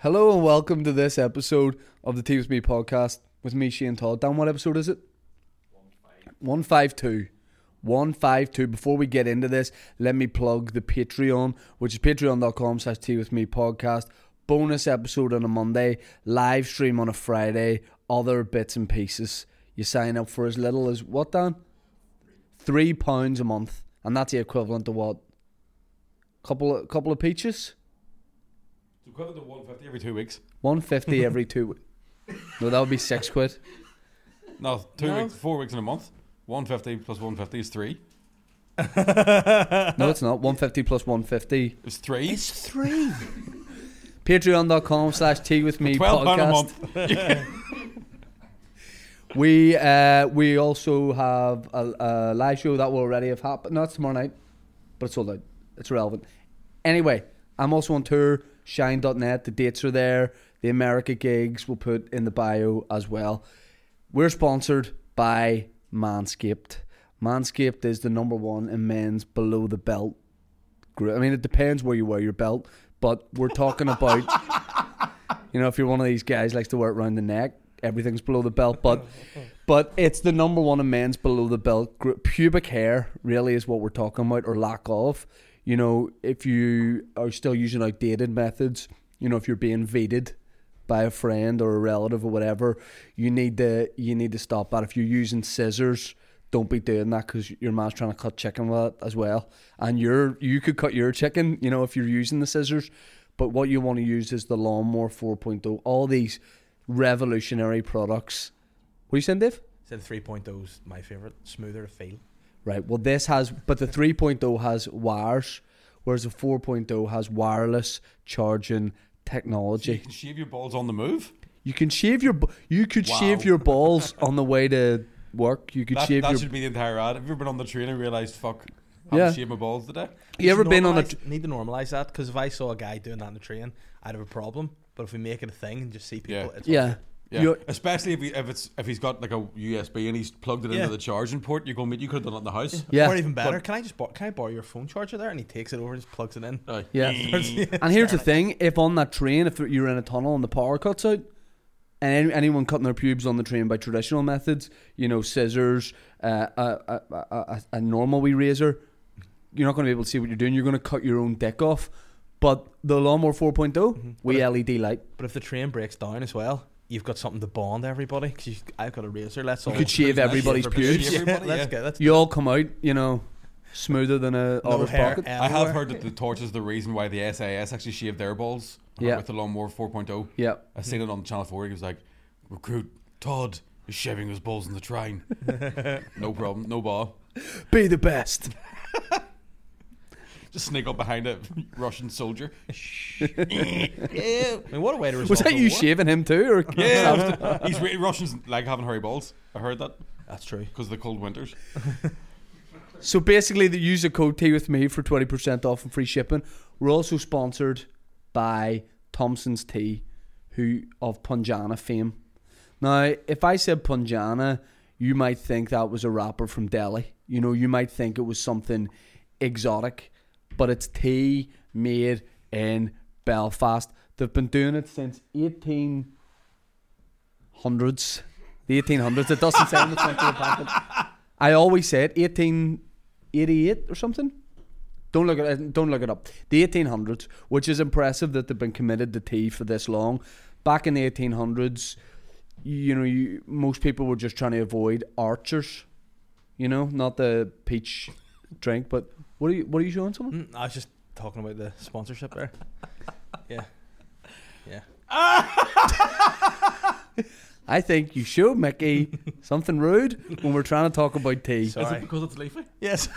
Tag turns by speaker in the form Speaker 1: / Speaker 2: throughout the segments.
Speaker 1: Hello and welcome to this episode of the Tea with Me podcast with me, Shane Todd. Dan, what episode is it? 152. 152. Before we get into this, let me plug the Patreon, which is patreon.com slash tea with me podcast. Bonus episode on a Monday, live stream on a Friday, other bits and pieces. You sign up for as little as what, Dan? Three pounds a month. And that's the equivalent to what? Couple of, couple of peaches?
Speaker 2: It's equivalent to 150 every two weeks.
Speaker 1: One fifty every two. w- No, that would be six quid.
Speaker 2: No, two
Speaker 3: No.
Speaker 2: weeks, four weeks in a month. 150 plus 150 is three.
Speaker 1: No, it's not. One fifty plus one fifty.
Speaker 2: It's three.
Speaker 1: three. Patreon.com slash tea with me
Speaker 2: 12 pound a
Speaker 1: podcast.
Speaker 2: month.
Speaker 1: We uh, we also have a, a live show that will already have happened. No, it's tomorrow night, but it's sold out. It's relevant. Anyway, I'm also on tour, shine.net. The dates are there. The America gigs we'll put in the bio as well. We're sponsored by Manscaped. Manscaped is the number one in men's below the belt group. I mean, it depends where you wear your belt, but we're talking about. You know, if you're one of these guys likes to wear it around the neck, everything's below the belt. But but it's the number one in men's below the belt group. Pubic hair really is what we're talking about, or lack of. You know, if you are still using outdated methods, you know, if you're being vetted by a friend or a relative or whatever, you need to you need to stop that. If you're using scissors, don't be doing that because your man's trying to cut chicken with it as well, and you're you could cut your chicken, you know, if you're using the scissors. But what you want to use is the lawnmower 4.0. All these revolutionary products. What are you saying, Dave?
Speaker 3: Said 3.0 is my favorite, smoother feel.
Speaker 1: Right. Well, this has, but the 3.0 has wires, whereas the 4.0 has wireless charging
Speaker 2: You
Speaker 1: technology.
Speaker 2: can shave your balls on the move.
Speaker 1: You can shave your, b- you could
Speaker 2: Wow.
Speaker 1: shave your balls on the way to work. You could
Speaker 2: That,
Speaker 1: shave
Speaker 2: that
Speaker 1: your.
Speaker 2: should be the entire ad. Have you ever been on the train and realised, fuck, I
Speaker 1: Yeah.
Speaker 2: haven't shaved my balls today?
Speaker 1: you ever been on a?
Speaker 3: Normalise- Need to normalize that because if I saw a guy doing that in the train, I'd have a problem. But if we make it a thing and just see people,
Speaker 2: Yeah.
Speaker 3: it's
Speaker 1: Yeah.
Speaker 2: Yeah.
Speaker 1: You're-
Speaker 2: Especially if, he, if it's if he's got like a USB and he's plugged it
Speaker 3: Yeah.
Speaker 2: into the charging port, you go meet. You could have done it in the house.
Speaker 1: Yeah.
Speaker 3: Or even better, can I just bor- can I borrow your phone charger there? And he takes it over and just plugs it in.
Speaker 2: Aye.
Speaker 1: Yeah. And here's the thing: if on that train, if you're in a tunnel and the power cuts out, and any, anyone cutting their pubes on the train by traditional methods, you know, scissors, uh, a, a, a, a, a normal wee razor, you're not going to be able to see what you're doing. You're going to cut your own dick off. But the lawnmower oh, 4.0, we LED E light.
Speaker 3: But if the train breaks down as well, you've got something to bond everybody. Because I've got a razor. Let's
Speaker 1: You
Speaker 3: all
Speaker 1: could shave
Speaker 3: let's
Speaker 1: everybody's
Speaker 3: shave
Speaker 1: pubes.
Speaker 3: Yeah,
Speaker 2: Everybody, yeah.
Speaker 3: Let's go. Let's
Speaker 1: You all come out, you know, smoother than a
Speaker 3: no
Speaker 1: otter's
Speaker 3: hair
Speaker 1: pocket.
Speaker 2: I have
Speaker 3: everywhere.
Speaker 2: heard that the torch is the reason why the SAS actually shaved their balls uh,
Speaker 1: Yeah.
Speaker 2: with the lawnmower oh. 4.0.
Speaker 1: Yeah.
Speaker 2: I seen it on Channel 4. He was like, recruit Todd is shaving his balls in the train. no problem, no bar.
Speaker 1: Be the best.
Speaker 2: Just sneak up behind a Russian soldier.
Speaker 3: I mean, what a way to resolve
Speaker 1: Was that
Speaker 3: the
Speaker 1: you
Speaker 3: war.
Speaker 1: shaving him too? Or
Speaker 2: Yeah, he's re- Russians like having hairy balls. I heard that
Speaker 3: That's true.
Speaker 2: because of the cold winters.
Speaker 1: So basically, the user code T with me for twenty percent off and free shipping. We're also sponsored by Thompson's Tea, who of Punjana fame. Now, if I said Punjana, you might think that was a rapper from Delhi. You know, you might think it was something exotic, but it's tea made in Belfast. They've been doing it since eighteen hundreds. The eighteen hundreds. It doesn't sound the front of the packet. I always said 1888 or something. Don't look it. Don't look it up. The 1800s, which is impressive that they've been committed to tea for this long. Back in the 1800s, you know, you, most people were just trying to avoid archers. You know, not the peach drink, but what are you? What are you showing someone?
Speaker 3: Mm, I was just talking about the sponsorship there. yeah. Yeah.
Speaker 1: I think you show Mickey something rude when we're trying to talk about tea.
Speaker 3: Sorry.
Speaker 2: Is it because it's leafy?
Speaker 3: Yes.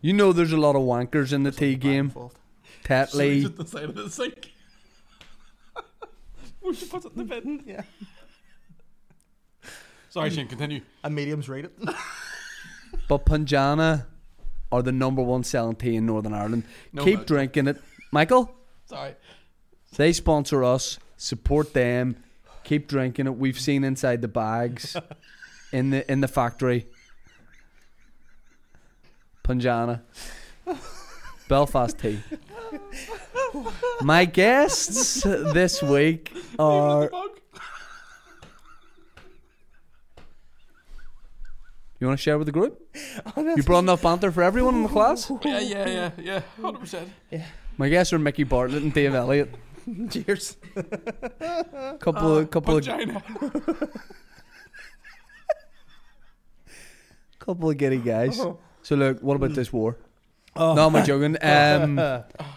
Speaker 1: You know, there's a lot of wankers in the tea game.
Speaker 2: It's
Speaker 1: Tetley,
Speaker 2: just the side of the sink. we should put it in the bed.
Speaker 3: Yeah.
Speaker 2: Sorry, Shane. Continue.
Speaker 3: And mediums rate it.
Speaker 1: But Punjana are the number one selling tea in Northern Ireland.
Speaker 2: No,
Speaker 1: Keep
Speaker 2: but-
Speaker 1: drinking it. Michael,
Speaker 2: Sorry.
Speaker 1: they sponsor us. Support them. Keep drinking it. We've seen inside the bags in the in the factory. Punjana. Belfast tea. My guests this week
Speaker 2: Uh,
Speaker 1: are. You want to share with the group? you brought enough banter for everyone in the class.
Speaker 2: Yeah, yeah, yeah, yeah. Hundred percent.
Speaker 1: My guests are Mickey Bartlett and Dave Elliott.
Speaker 3: Cheers.
Speaker 1: Couple, of, couple of,
Speaker 2: Vagina.
Speaker 1: couple of giddy guys. So look, what about this war?
Speaker 3: Oh.
Speaker 1: No, I'm joking. Um,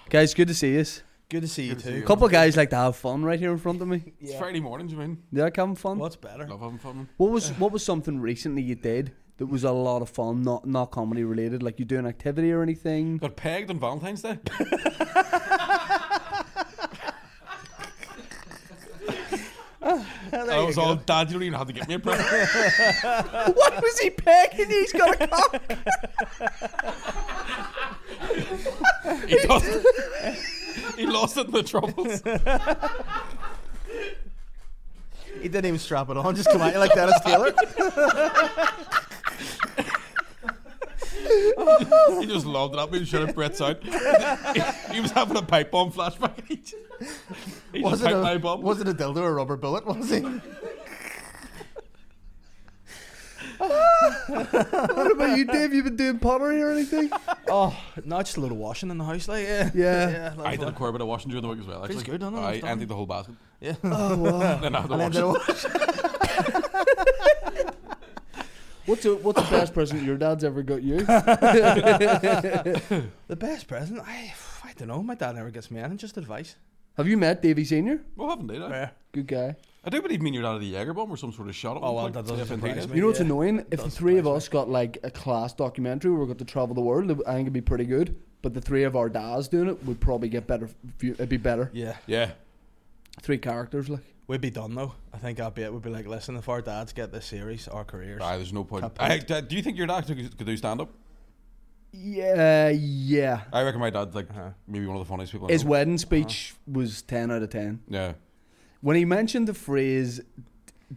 Speaker 1: guys, good to see you.
Speaker 3: Good to see you
Speaker 2: Good to see
Speaker 3: too.
Speaker 2: you.
Speaker 1: couple of guys like to have fun right here in front of me.
Speaker 2: It's
Speaker 3: Yeah.
Speaker 2: Friday morning, do you mean?
Speaker 1: They like having fun.
Speaker 3: What's better?
Speaker 2: Love having fun.
Speaker 1: What was what was something recently you did that was a lot of fun, not not comedy related? Like you do an activity or anything?
Speaker 2: Got pegged on Valentine's Day.
Speaker 3: There
Speaker 2: I
Speaker 3: you
Speaker 2: was
Speaker 3: go.
Speaker 2: all dad, you don't even have to get me a present.
Speaker 1: Why was he pecking you? He's got a cock.
Speaker 2: He lost it. he lost it in the troubles.
Speaker 3: He didn't even strap it on. Just come at you like Dennis Taylor.
Speaker 2: He just loved it up. He was shouting Brett's out. he was having a pipe bomb flashback. He just, he
Speaker 3: Was
Speaker 2: just
Speaker 3: it,
Speaker 2: pipe my
Speaker 3: a,
Speaker 2: bomb.
Speaker 3: was it a dildo or a rubber bullet? Was it?
Speaker 1: what about you, Dave? You been doing pottery or anything?
Speaker 3: Oh, no, just a load of washing in the house, like yeah,
Speaker 1: Yeah.
Speaker 3: yeah.
Speaker 2: I did a quite a bit of washing during the week as well. Actually,
Speaker 3: Feels good, doesn't it?
Speaker 2: I
Speaker 3: It's done.
Speaker 2: emptied the whole basket.
Speaker 3: yeah.
Speaker 1: Oh wow.
Speaker 2: Then I had to
Speaker 3: And then
Speaker 2: wash
Speaker 3: did
Speaker 2: it.
Speaker 3: a
Speaker 1: What's a, what's the best present your dad's ever got you?
Speaker 3: The best present? I, I don't know. My dad never gets me anything, just advice.
Speaker 1: have you met Davy Senior?
Speaker 2: Well, haven't they? I?
Speaker 1: Good guy.
Speaker 2: I do believe me and your dad had a Jager bomb or some sort of shot. At
Speaker 3: Oh,
Speaker 2: one
Speaker 3: well,
Speaker 2: point.
Speaker 3: that doesn't
Speaker 2: If indeed.
Speaker 3: surprise me.
Speaker 1: You know what's
Speaker 3: Yeah.
Speaker 1: annoying? If the
Speaker 3: does
Speaker 1: three of
Speaker 3: surprise
Speaker 1: us got like a class documentary where we got to travel the world, I think it'd be pretty good. But the three of our dads doing it would probably get better. View, it'd be better.
Speaker 3: Yeah,
Speaker 2: Yeah.
Speaker 1: Three characters, like.
Speaker 3: we'd be done though. I think I'd be. We'd be like, listen, if our dads get this series, our careers.
Speaker 2: Aye, there's no point.
Speaker 3: Cut
Speaker 2: I, do you think your dad could could do stand up?
Speaker 1: Yeah, yeah.
Speaker 2: I reckon my dad's like
Speaker 3: Uh-huh.
Speaker 2: maybe one of the funniest people. I
Speaker 1: His
Speaker 2: know.
Speaker 1: wedding speech was 10 out of 10.
Speaker 2: Yeah.
Speaker 1: When he mentioned the phrase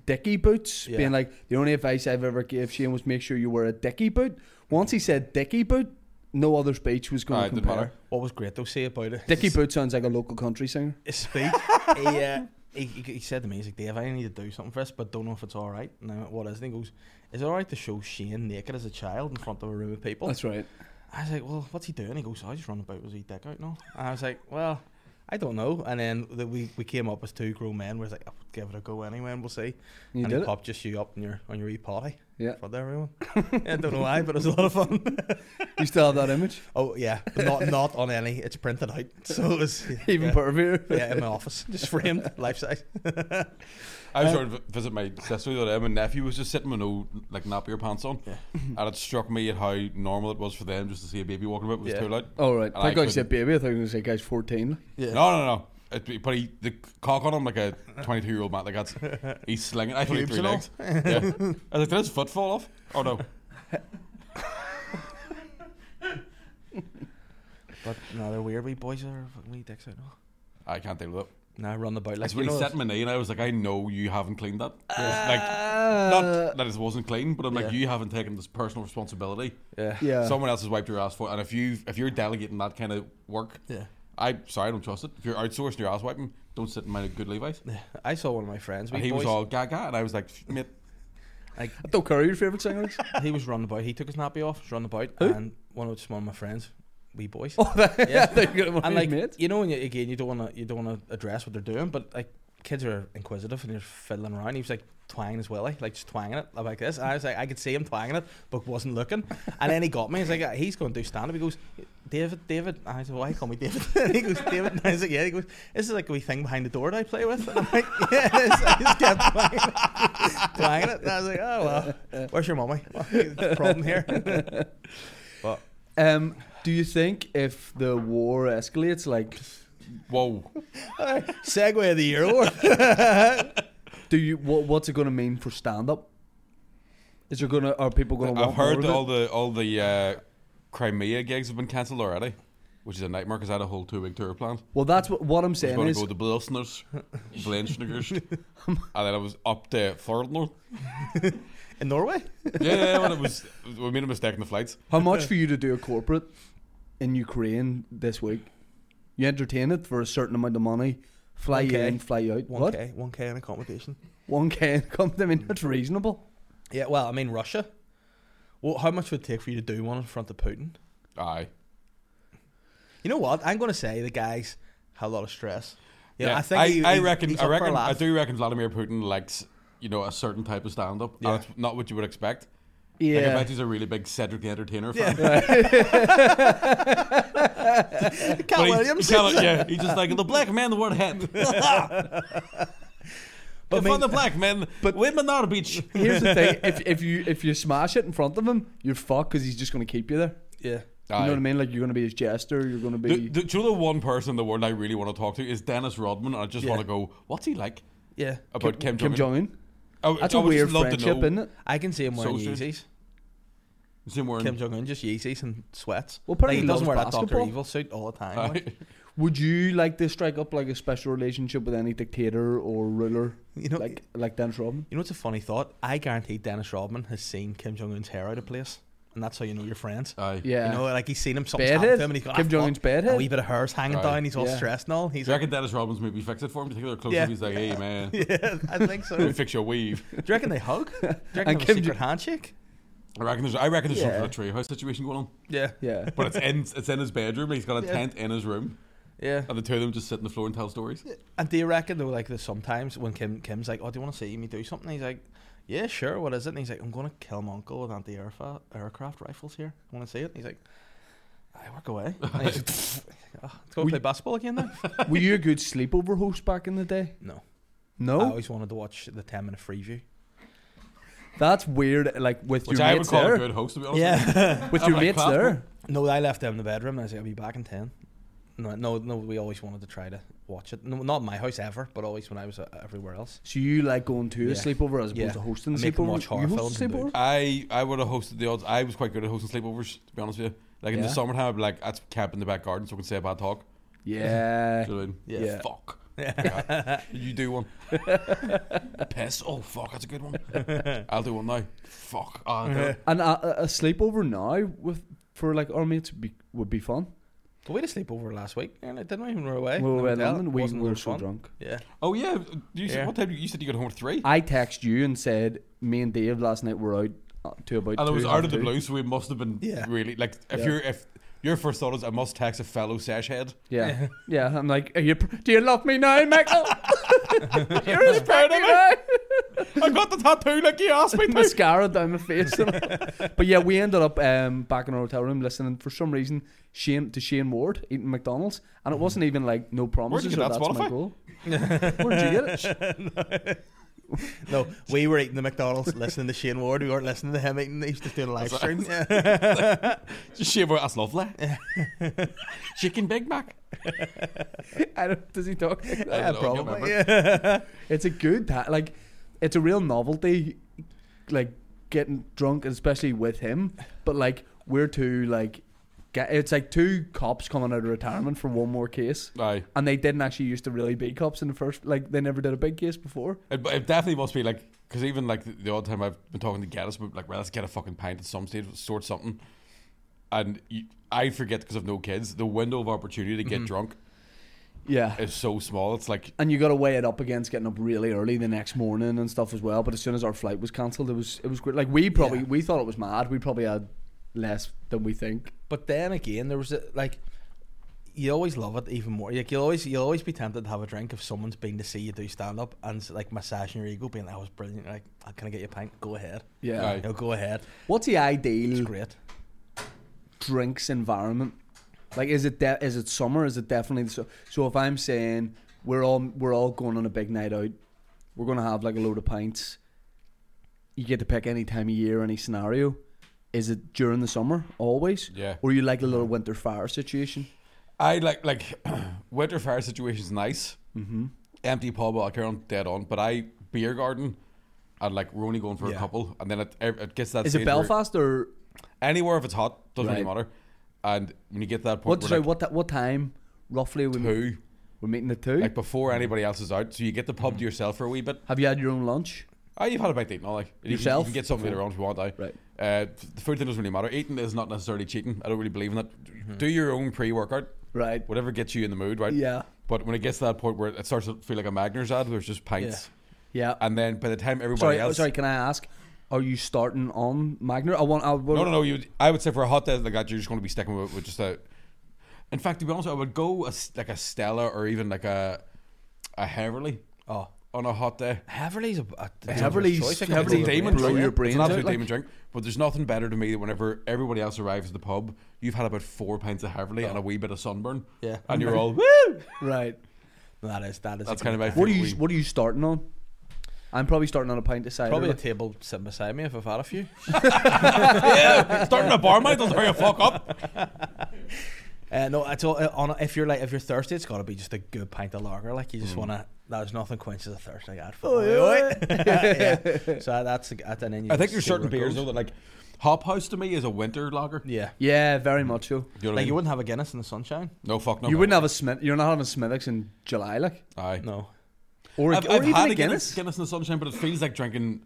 Speaker 1: dicky boots,
Speaker 3: Yeah.
Speaker 1: being like, the only advice I've ever gave Shane was make sure you wear a dicky boot. Once he said dicky boot, no other speech was
Speaker 2: Aye,
Speaker 1: going
Speaker 2: it
Speaker 1: to
Speaker 2: didn't
Speaker 1: compare.
Speaker 2: matter.
Speaker 3: What was great though, say about it.
Speaker 1: Dicky boot sounds like a local country singer.
Speaker 3: His speech. he, uh, he, he he said to me, he's like, Dave, I need to do something for this, but don't know if it's all right. And I went, what is it? And he goes, is it all right to show Shane naked as a child in front of a room of people?
Speaker 1: That's right.
Speaker 3: I was like, well, what's he doing? He goes, I just run about with his dick out now. And I was like, well, I don't know. And then the, we, we came up as two grown men. We was like, I'll give it a go anyway, and we'll see.
Speaker 1: You
Speaker 3: and
Speaker 1: did
Speaker 3: he
Speaker 1: it.
Speaker 3: popped just you up on your on your e potty
Speaker 1: Yeah.
Speaker 3: for everyone. yeah, I don't know why, but it was a lot of fun.
Speaker 1: You still have that image?
Speaker 3: oh yeah, but not not on any. It's printed out, so it was
Speaker 1: Even
Speaker 3: yeah,
Speaker 1: pervier.
Speaker 3: yeah, in my office, just framed, life size.
Speaker 2: I
Speaker 3: Uh,
Speaker 2: was trying to vi- visit my sister the other day. My nephew was just sitting with no like napier pants on,
Speaker 3: Yeah.
Speaker 2: and it struck me at how normal it was for them just to see a baby walking about with
Speaker 3: Yeah.
Speaker 2: his tail out.
Speaker 1: All right.
Speaker 2: And
Speaker 1: I
Speaker 2: I
Speaker 1: thought you
Speaker 2: couldn't-
Speaker 1: said baby. I thought you were going to say guy's 14.
Speaker 3: Yeah.
Speaker 2: No, no, no. It, but he the cock on him like a twenty-two year old man. Like that's he's slinging. I thought he had
Speaker 3: Pubes
Speaker 2: three
Speaker 3: and all.
Speaker 2: legs. Yeah. I was like, did his foot fall off? Oh no.
Speaker 3: But no, they're weird wee boys. Are fucking wee dicks out now.
Speaker 2: I can't deal with it.
Speaker 3: Now run the boat like
Speaker 2: That's
Speaker 3: you
Speaker 2: when he
Speaker 3: know.
Speaker 2: set my knee, and I was like, I know you haven't cleaned that. Like,
Speaker 1: Uh,
Speaker 2: not that it wasn't clean, but I'm like,
Speaker 3: yeah.
Speaker 2: you haven't taken this personal responsibility.
Speaker 3: yeah,
Speaker 1: yeah.
Speaker 2: Someone else has wiped your ass for it. And if you if you're delegating that kind of work,
Speaker 3: yeah.
Speaker 2: I sorry, I don't trust it. If you're outsourcing your ass wiping, don't sit in my good Levi's.
Speaker 3: Yeah. I saw one of my friends.
Speaker 2: And
Speaker 3: wee
Speaker 2: he
Speaker 3: boys,
Speaker 2: was all gaga, and I was like, mate,
Speaker 3: like
Speaker 1: I don't care who your favourite singer is.
Speaker 3: he was running about. He took his nappy off, was running about,
Speaker 1: Who?
Speaker 3: and one of just one of my friends, wee boys.
Speaker 1: oh, that,
Speaker 3: Yeah.
Speaker 1: I thought you were going to
Speaker 3: and like
Speaker 1: mate.
Speaker 3: you know, and you, again, you don't want to you don't want to address what they're doing, but like kids are inquisitive and they're fiddling around. He was like twanging his willy, like just twanging it like this. I was like, I could see him twanging it, but wasn't looking. And then he got me. He's like, he's going to do stand up. He goes, David, David. And I said, why call me David? And he goes, David. And I was like, yeah. He goes, this is like a wee thing behind the door that I play with. And I'm like, yeah, it is. I just kept twanging it, twanging it. And I was like, oh well, where's your mummy? Problem here. but
Speaker 1: Um, do you think if the war escalates, like,
Speaker 2: whoa.
Speaker 3: segue of the year award.
Speaker 1: do you what, what's it going to mean for stand up? Is there gonna are people gonna?
Speaker 2: I've
Speaker 1: want more of
Speaker 2: heard that
Speaker 1: it?
Speaker 2: all the all the uh, Crimea gigs have been cancelled already, which is a nightmare because I had a whole two week tour planned.
Speaker 1: Well, that's what, what I'm
Speaker 2: I was
Speaker 1: saying
Speaker 2: going to
Speaker 1: is
Speaker 2: go to Blisners, Blensniggers, and then I was up to Thornlord.
Speaker 3: In Norway?
Speaker 2: Yeah, yeah, when it was we made a mistake in the flights.
Speaker 1: how much for you to do a corporate in Ukraine this week? You entertain it for a certain amount of money. Fly you
Speaker 3: 1K.
Speaker 1: in, fly you out.
Speaker 3: One
Speaker 1: what?
Speaker 3: k, one k in accommodation.
Speaker 1: One K income. I mean, that's reasonable.
Speaker 3: Yeah, well, I mean Russia. Well, how much would it take for you to do one in front of Putin?
Speaker 2: Aye.
Speaker 3: You know what? I'm going to say the guys had a lot of stress. Yeah, I think
Speaker 2: I,
Speaker 3: he-
Speaker 2: I
Speaker 3: he-
Speaker 2: reckon.
Speaker 3: he's
Speaker 2: I
Speaker 3: up for a
Speaker 2: reckon. I
Speaker 3: laugh.
Speaker 2: do reckon Vladimir Putin likes you know a certain type of stand up.
Speaker 3: Yeah.
Speaker 2: And it's not what you would expect. Like, I
Speaker 1: Yeah.
Speaker 2: bet he's a really big Cedric the Entertainer fan.
Speaker 3: Cat
Speaker 2: But he-
Speaker 3: Williams.
Speaker 2: He, kinda- yeah, he's just like the black man, the word head.
Speaker 3: But I
Speaker 2: But
Speaker 3: mean-
Speaker 2: from the black men,
Speaker 1: but-
Speaker 2: but women are a beach.
Speaker 1: Here's the thing: if, if you if you smash it in front of him, you're fucked because he's just going to keep you there.
Speaker 3: yeah.
Speaker 1: You know what I mean? Like you're going to be his jester. You're going to be.
Speaker 2: The, the, do you know the one person in the world I really want to talk to is Dennis Rodman, and I just
Speaker 3: Yeah.
Speaker 2: want to go, what's he like
Speaker 3: Yeah.
Speaker 2: about Kim,
Speaker 1: Kim
Speaker 2: Jong?
Speaker 1: Jong Un.
Speaker 2: Un?
Speaker 1: That's a weird friendship, isn't it?
Speaker 3: I can see him wearing
Speaker 2: Soldiers.
Speaker 3: Yeezys.
Speaker 2: Kim
Speaker 3: Kim Jong Un just Yeezys and sweats.
Speaker 1: Well, apparently
Speaker 3: like,
Speaker 1: he
Speaker 3: he
Speaker 1: loves
Speaker 3: doesn't wear that
Speaker 1: basketball.
Speaker 3: Doctor Evil suit all the time. like.
Speaker 2: Aye.
Speaker 1: Would you like to strike up like a special relationship with any dictator or ruler,
Speaker 3: You know,
Speaker 1: like like Dennis Rodman?
Speaker 3: you know, it's a funny thought. I guarantee Dennis Rodman has seen Kim Jong Un's hair out of place, and that's how you know you're friends.
Speaker 2: Aye.
Speaker 1: Yeah.
Speaker 3: You know, like he's seen him something's happened to him, and "Ah, he's
Speaker 1: Bedhead.
Speaker 3: gone.
Speaker 1: Kim Jong Un's
Speaker 3: A wee
Speaker 1: bedhead.
Speaker 3: Oh, bit of hair's hanging
Speaker 2: Aye.
Speaker 3: down. He's all
Speaker 1: Yeah.
Speaker 3: stressed and all. He's
Speaker 2: Do you
Speaker 3: like,
Speaker 2: reckon Dennis Rodman's maybe fix it for him? Do you think they're close
Speaker 3: Yeah.
Speaker 2: up? He's like, hey, man,
Speaker 3: yeah, I think so. Do
Speaker 2: fix your weave.
Speaker 3: you reckon they hug? Do you reckon
Speaker 1: And
Speaker 3: they have a
Speaker 1: Kim
Speaker 3: secret
Speaker 1: Jo-
Speaker 3: handshake?
Speaker 2: I reckon there's, I reckon there's
Speaker 1: Yeah.
Speaker 2: some sort of treehouse situation going on.
Speaker 3: Yeah,
Speaker 1: Yeah.
Speaker 2: But it's in, it's in his bedroom, and he's got a
Speaker 3: Yeah.
Speaker 2: tent in his room,
Speaker 3: yeah.
Speaker 2: and the two of them just sit on the floor and tell stories.
Speaker 3: And do you reckon though, like there's sometimes when Kim Kim's like, "Oh, do you want to see me do something?" He's like, "Yeah, sure. What is it?" And he's like, "I'm gonna kill my uncle with anti-aircraft aircraft rifles here. I want to see it." And he's like, "I work away." And he's like, "Pfft." oh, "Let's go
Speaker 1: We-
Speaker 3: play basketball again then."
Speaker 1: Were you a good sleepover host back in the day?
Speaker 3: No,
Speaker 1: No,
Speaker 3: I always wanted to watch the ten minute free view.
Speaker 1: that's weird. Like with
Speaker 2: Which
Speaker 1: your
Speaker 2: I would
Speaker 1: mates
Speaker 2: call a
Speaker 1: there,
Speaker 2: good host, to be honest. with
Speaker 1: with
Speaker 2: I'm
Speaker 1: your
Speaker 2: like
Speaker 1: mates
Speaker 2: clapping.
Speaker 1: there.
Speaker 3: no, I left them in the bedroom, and I said, "I'll be back in 10. No, no, no. We always wanted to try to watch it. No, not in my house ever, but always when I was uh, everywhere else.
Speaker 1: So you like going to
Speaker 3: Yeah.
Speaker 1: a sleepover as opposed
Speaker 3: Yeah.
Speaker 1: to hosting
Speaker 3: I
Speaker 1: a
Speaker 3: make them
Speaker 1: sleepover?
Speaker 3: watch horror
Speaker 1: you host
Speaker 3: films
Speaker 1: a
Speaker 3: and do
Speaker 1: sleepover?
Speaker 2: you. I, I would have hosted the odds. I was quite good at hosting sleepovers, to be honest with you. Like in the
Speaker 1: Yeah.
Speaker 2: summertime, I'd be like, that's camp in the back garden, so we can say a bad talk.
Speaker 1: Yeah.
Speaker 2: Do you know what I mean?
Speaker 3: Yeah.
Speaker 1: Yeah.
Speaker 2: Fuck. You do one. Piss. Oh fuck, that's a good one. I'll do one now. Fuck. Ah, no.
Speaker 1: and a, a- a sleepover now with for like our mates would be, would be fun.
Speaker 3: But we had a sleepover last week, and it didn't even run away.
Speaker 1: we were in
Speaker 3: Hotel.
Speaker 1: London, we
Speaker 3: Wasn't
Speaker 1: were
Speaker 3: much
Speaker 1: so
Speaker 3: fun.
Speaker 1: drunk.
Speaker 3: Yeah.
Speaker 2: Oh yeah. You said,
Speaker 3: Yeah.
Speaker 2: What time? You said you got home at three.
Speaker 1: I text you and said me and Dave last night were out uh, to about.
Speaker 2: and it
Speaker 1: two,
Speaker 2: was
Speaker 1: half
Speaker 2: out of the
Speaker 1: two."
Speaker 2: blue, so we must have been
Speaker 3: Yeah.
Speaker 2: really like. If
Speaker 1: Yeah.
Speaker 2: you're if your first thought is I must text a fellow sesh head.
Speaker 1: Yeah, yeah. I'm like, Are you, pr- do you love me now, Michael? You're as proud of me.
Speaker 2: I got the tattoo like you asked me to.
Speaker 1: Mascara down my face. but yeah, we ended up um, back in our hotel room listening for some reason Shane to Shane Ward eating McDonald's, and it wasn't even like no promises.
Speaker 2: Mm-hmm. get
Speaker 1: or
Speaker 2: that,
Speaker 1: that's my
Speaker 2: Spotify?
Speaker 1: goal. Where'd you get it?
Speaker 3: No, we were eating the McDonald's, listening to Shane Ward. We weren't listening to him eating. He was just doing a live
Speaker 2: That's
Speaker 3: stream.
Speaker 2: Just shave out. That's lovely. Chicken Big Mac.
Speaker 1: I don't, does he talk? like that?
Speaker 2: I
Speaker 3: yeah,
Speaker 2: don't know, I can't
Speaker 3: probably.
Speaker 2: remember.
Speaker 3: Yeah.
Speaker 1: It's a good ta- like, it's a real novelty, like getting drunk, especially with him. But like, we're two like, ga- it's like two cops coming out of retirement for one more case,
Speaker 2: Aye.
Speaker 1: and they didn't actually used to really be cops in the first. Like, they never did a big case before.
Speaker 2: It, but it definitely must be like because even like the, the odd time I've been talking to Geddes, but like, well, let's get a fucking pint at some stage, sort something, and you, I forget because I've no kids. The window of opportunity to get drunk
Speaker 1: Yeah.
Speaker 2: is so small. It's like
Speaker 1: And you got to weigh it up against getting up really early the next morning and stuff as well. But as soon as our flight was cancelled, it was it was great. Like we probably
Speaker 3: Yeah.
Speaker 1: we thought it was mad. We probably had less than we think.
Speaker 3: But then again, there was a, like you always love it even more. Like you'll always you'll always be tempted to have a drink if someone's been to see you do stand up and it's, like massaging your ego, being like, "I was brilliant." You're like, "Oh, "Can I get your pint? Go ahead."
Speaker 1: Yeah. Mm.
Speaker 2: Aye.
Speaker 3: You know, go ahead.
Speaker 1: What's the
Speaker 3: It's
Speaker 1: ideal
Speaker 3: great.
Speaker 1: drinks environment? Like, is it de- is it summer? Is it definitely the su- so? If I'm saying we're all we're all going on a big night out, we're gonna have like a load of pints. You get to pick any time of year, any scenario. Is it during the summer always,
Speaker 2: yeah,
Speaker 1: or you like a little winter fire situation?
Speaker 2: I like like winter fire situations nice,
Speaker 1: Mm-hmm.
Speaker 2: empty pub I carry on dead on, but I beer garden. And like we're only going for
Speaker 3: Yeah.
Speaker 2: a couple, and then it, it gets to that.
Speaker 1: Is it
Speaker 2: stage where-
Speaker 1: Belfast or
Speaker 2: Anywhere if it's hot doesn't really
Speaker 1: Right.
Speaker 2: matter. And when you get to that point,
Speaker 1: what?
Speaker 2: where,
Speaker 1: Sorry,
Speaker 2: like,
Speaker 1: what ti- what time roughly are we meet-
Speaker 2: two,
Speaker 1: we're meeting at two? Mm-hmm.
Speaker 2: like before anybody else is out, so you get the pub to yourself for a wee bit.
Speaker 1: Have you had your own lunch?
Speaker 2: Ah, you've had a bite to eat and all like you can-
Speaker 1: Yourself?
Speaker 2: You can get something later on if you want. I
Speaker 1: Right.
Speaker 2: Uh, the food thing doesn't really matter. Eating is not necessarily cheating. I don't really believe in that.
Speaker 1: Mm-hmm.
Speaker 2: Do your own pre-workout,
Speaker 1: Right.
Speaker 2: whatever gets you in the mood, right?
Speaker 1: Yeah.
Speaker 2: But when it gets to that point where it starts to feel like a Magners ad, there's just pints,
Speaker 1: Yeah.
Speaker 2: and then by the time everybody
Speaker 1: sorry, oh,
Speaker 2: else,
Speaker 1: sorry, can I ask? Are you starting on Magner? I want. I want
Speaker 2: no, no, no. You, I would say for a hot day like that, you're just going to be sticking with, with just a. In fact, to be honest, I would go a s like a Stella or even like a a Heverly
Speaker 3: Oh,
Speaker 2: on a hot day.
Speaker 3: Heverly's a, a
Speaker 1: It's Heverly's-
Speaker 3: choice. I can
Speaker 1: Heverly's
Speaker 2: It's a
Speaker 3: believe it.
Speaker 2: demon
Speaker 1: blow
Speaker 2: drink.
Speaker 1: your
Speaker 2: it's
Speaker 1: brains
Speaker 2: an
Speaker 1: out,
Speaker 2: absolute
Speaker 1: like-
Speaker 2: demon drink. But there's nothing better to me than whenever everybody else arrives at the pub, you've had about four pints of Heverly
Speaker 1: Oh.
Speaker 2: and a wee bit of sunburn.
Speaker 3: Yeah.
Speaker 2: And you're all, woo!
Speaker 1: Right.
Speaker 3: That is that is.
Speaker 2: That's
Speaker 3: a
Speaker 2: kind of
Speaker 3: good
Speaker 2: my
Speaker 3: time.
Speaker 1: What are
Speaker 2: think
Speaker 1: you?
Speaker 2: we-
Speaker 1: What are you starting on? I'm probably starting on a pint of cider.
Speaker 3: Probably a table sitting beside me if I've had a few.
Speaker 2: yeah, starting a bar, mate, doesn't hurry the fuck up.
Speaker 3: Uh, no, it's all, uh, on, if you're like if you're thirsty, it's got to be just a good pint of lager. Like you just
Speaker 2: Mm.
Speaker 3: want to. There's nothing quenches a thirst like that.
Speaker 1: Oi, oi.
Speaker 3: yeah. So uh, that's that's an
Speaker 2: I think there's certain beers, though, that like, Hop House to me is a winter lager.
Speaker 3: Yeah.
Speaker 1: Yeah, very much so.
Speaker 2: Do you know what I
Speaker 3: Like
Speaker 2: mean?
Speaker 3: you wouldn't have a Guinness in the sunshine.
Speaker 2: No, fuck no.
Speaker 1: you wouldn't have a Smith. You're not having Smithwick's in July, like
Speaker 2: Aye.
Speaker 3: No.
Speaker 1: or, a-
Speaker 2: I've,
Speaker 1: or
Speaker 2: I've
Speaker 1: even
Speaker 2: had
Speaker 1: a Guinness.
Speaker 2: a Guinness, Guinness in the sunshine, but it feels like drinking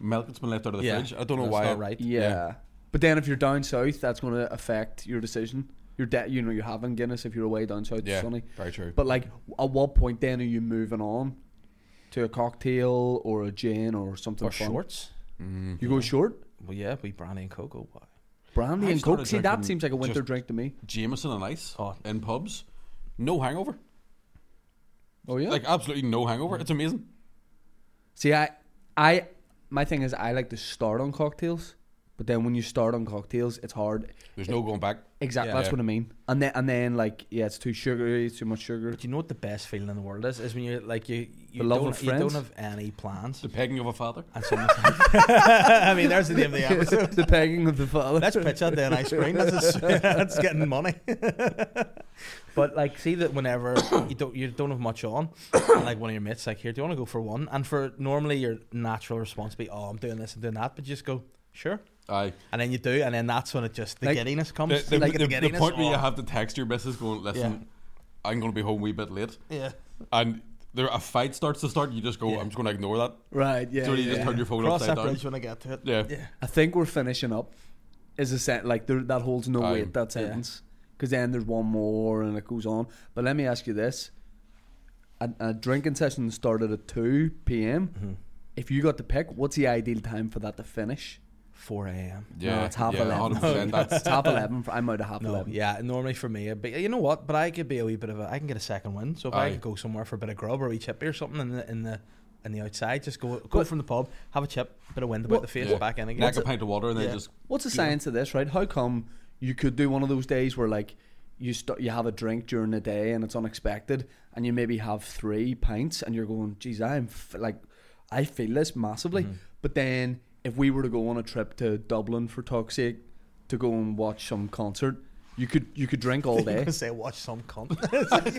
Speaker 2: milk that's been left out of the
Speaker 3: Yeah.
Speaker 2: fridge. I don't know
Speaker 3: That's
Speaker 2: why.
Speaker 3: not
Speaker 2: it-
Speaker 3: right.
Speaker 1: Yeah. but then if you're down south, that's going to affect your decision. You're de- you know you're having Guinness if you're away down south,
Speaker 2: Yeah.
Speaker 1: sunny.
Speaker 2: Very true.
Speaker 1: But like, at what point then are you moving on to a cocktail or a gin or something
Speaker 3: Or
Speaker 1: fun?
Speaker 3: shorts.
Speaker 2: Mm.
Speaker 1: You go short.
Speaker 3: Well, yeah, we brandy and cocoa. Wow.
Speaker 1: Brandy
Speaker 2: I've
Speaker 1: and coke.
Speaker 2: started
Speaker 1: See, that
Speaker 2: drinking
Speaker 1: seems like a winter
Speaker 2: just-
Speaker 1: drink to me.
Speaker 2: Jameson and ice
Speaker 3: Oh.
Speaker 2: in pubs. No hangover.
Speaker 1: Oh yeah.
Speaker 2: Like, absolutely no hangover. It's amazing.
Speaker 1: See, I, I, my thing is, I like to start on cocktails, but then when you start on cocktails, it's hard.
Speaker 2: There's no going back.
Speaker 1: Exactly,
Speaker 3: Yeah.
Speaker 1: that's
Speaker 2: Yeah.
Speaker 1: what I mean. And then, and then, like, yeah, it's too sugary, it's too much sugar.
Speaker 3: But you know what the best feeling in the world is? Is when you're like you you,
Speaker 1: The love
Speaker 3: don't,
Speaker 1: of
Speaker 3: you don't
Speaker 1: friends.
Speaker 3: have any plans.
Speaker 2: The pegging of a father.
Speaker 3: And someone's I mean, there's the name of the episode.
Speaker 1: the pegging of the father.
Speaker 3: Let's pitch that down ice cream. That's, that's getting money. but like, see that whenever you don't you don't have much on, and like one of your mates like, here, do you want to go for one? And for normally your natural response would be, oh, I'm doing this and doing that, but you just go, sure,
Speaker 2: Aye.
Speaker 3: and then you do, and then that's when it just the
Speaker 1: Like-
Speaker 3: giddiness
Speaker 2: The,
Speaker 3: comes.
Speaker 2: the,
Speaker 3: like,
Speaker 2: the- the point
Speaker 3: oh.
Speaker 2: where you have to text your missus going, listen, I'm going to be home a wee bit late.
Speaker 3: Oh. yeah,
Speaker 2: And there a fight starts to start, you just go,
Speaker 3: Yeah.
Speaker 2: I'm just going to ignore that.
Speaker 1: right, yeah.
Speaker 2: so you
Speaker 1: yeah,
Speaker 2: just
Speaker 1: yeah.
Speaker 2: turn your phone
Speaker 3: cross
Speaker 2: upside
Speaker 3: that
Speaker 2: down.
Speaker 3: bridge when I get to it.
Speaker 2: Yeah.
Speaker 3: yeah.
Speaker 1: I think we're finishing up. Is a set like there, that holds no
Speaker 2: Aye.
Speaker 1: weight that
Speaker 3: Yeah.
Speaker 1: sentence because then there's one more and it goes on. But let me ask you this: a, a drinking session started at two p.m.
Speaker 2: Mm-hmm.
Speaker 1: If you got to pick, what's the ideal time for that to finish?
Speaker 3: 4 a.m.
Speaker 2: Yeah.
Speaker 1: no, it's half
Speaker 2: yeah,
Speaker 1: eleven.
Speaker 2: 100%, that's,
Speaker 1: it's half eleven. For, I'm out of half
Speaker 3: No,
Speaker 1: eleven.
Speaker 3: yeah, normally for me, but you know what? But I could be a wee bit of a. I can get a second win, so if I
Speaker 2: Aye.
Speaker 3: could go somewhere for a bit of grub or a wee chippy or something in the in the in the outside, just go go
Speaker 1: But-
Speaker 3: from the pub, have a chip, bit of wind about
Speaker 1: Well-
Speaker 3: the face,
Speaker 2: Yeah.
Speaker 3: back in again.
Speaker 2: like a pint of water and then
Speaker 3: Yeah.
Speaker 2: just
Speaker 1: What's the science of this, right? How come you could do one of those days where like you st- you have a drink during the day and it's unexpected, and you maybe have three pints, and you're going, "Geez, I'm f- like, I feel this massively." But then if we were to go on a trip to Dublin for talk's sake to go and watch some concert, you could you could drink all
Speaker 3: You
Speaker 1: day.
Speaker 3: could say watch some cunt.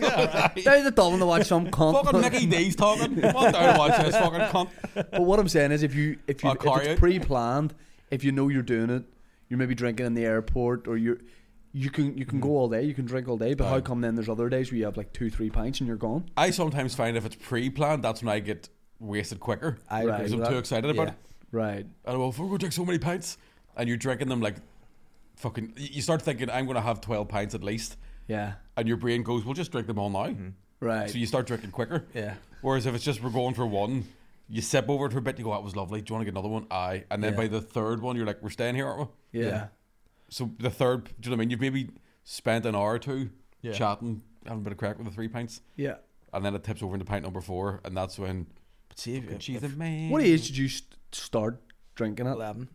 Speaker 1: Down to Dublin to watch some
Speaker 2: fucking
Speaker 1: concert.
Speaker 2: Nicky D's talking. What the hell watch this fucking cunt?
Speaker 1: but what I'm saying is, if you if you
Speaker 2: I'll
Speaker 1: if
Speaker 2: carry
Speaker 1: it's
Speaker 2: it.
Speaker 1: pre-planned, if you know you're doing it, you're maybe drinking in the airport, or you you can you can go all day, you can drink all day. But how
Speaker 2: Aye.
Speaker 1: come then there's other days where you have like two, three pints and you're gone?
Speaker 2: I sometimes find if it's pre-planned, that's when I get wasted quicker.
Speaker 3: I
Speaker 1: agree
Speaker 2: because I'm
Speaker 1: with
Speaker 2: too
Speaker 1: that.
Speaker 2: excited about
Speaker 3: Yeah.
Speaker 2: it.
Speaker 1: Right.
Speaker 2: And well, if we're going to drink so many pints, and you're drinking them like fucking, y- you start thinking I'm going to have twelve pints at least,
Speaker 1: Yeah.
Speaker 2: and your brain goes, "We'll just drink them all now."
Speaker 1: Right.
Speaker 2: So you start drinking quicker.
Speaker 3: yeah,
Speaker 2: Whereas if it's just we're going for one, you sip over it for a bit, you go, "That was lovely." Do you want to get another one? Aye. And then
Speaker 3: Yeah.
Speaker 2: by the third one, you're like, "We're staying here, aren't we?"
Speaker 1: yeah.
Speaker 3: yeah.
Speaker 2: So the third, do you know what I mean? You've maybe spent an hour or two
Speaker 3: Yeah.
Speaker 2: chatting, having a bit of crack with the three pints,
Speaker 1: Yeah.
Speaker 2: and then it tips over into pint number four, and that's when
Speaker 3: But see, if,
Speaker 2: she's
Speaker 3: if,
Speaker 2: a man.
Speaker 1: What age did you st- start drinking it?
Speaker 3: eleven.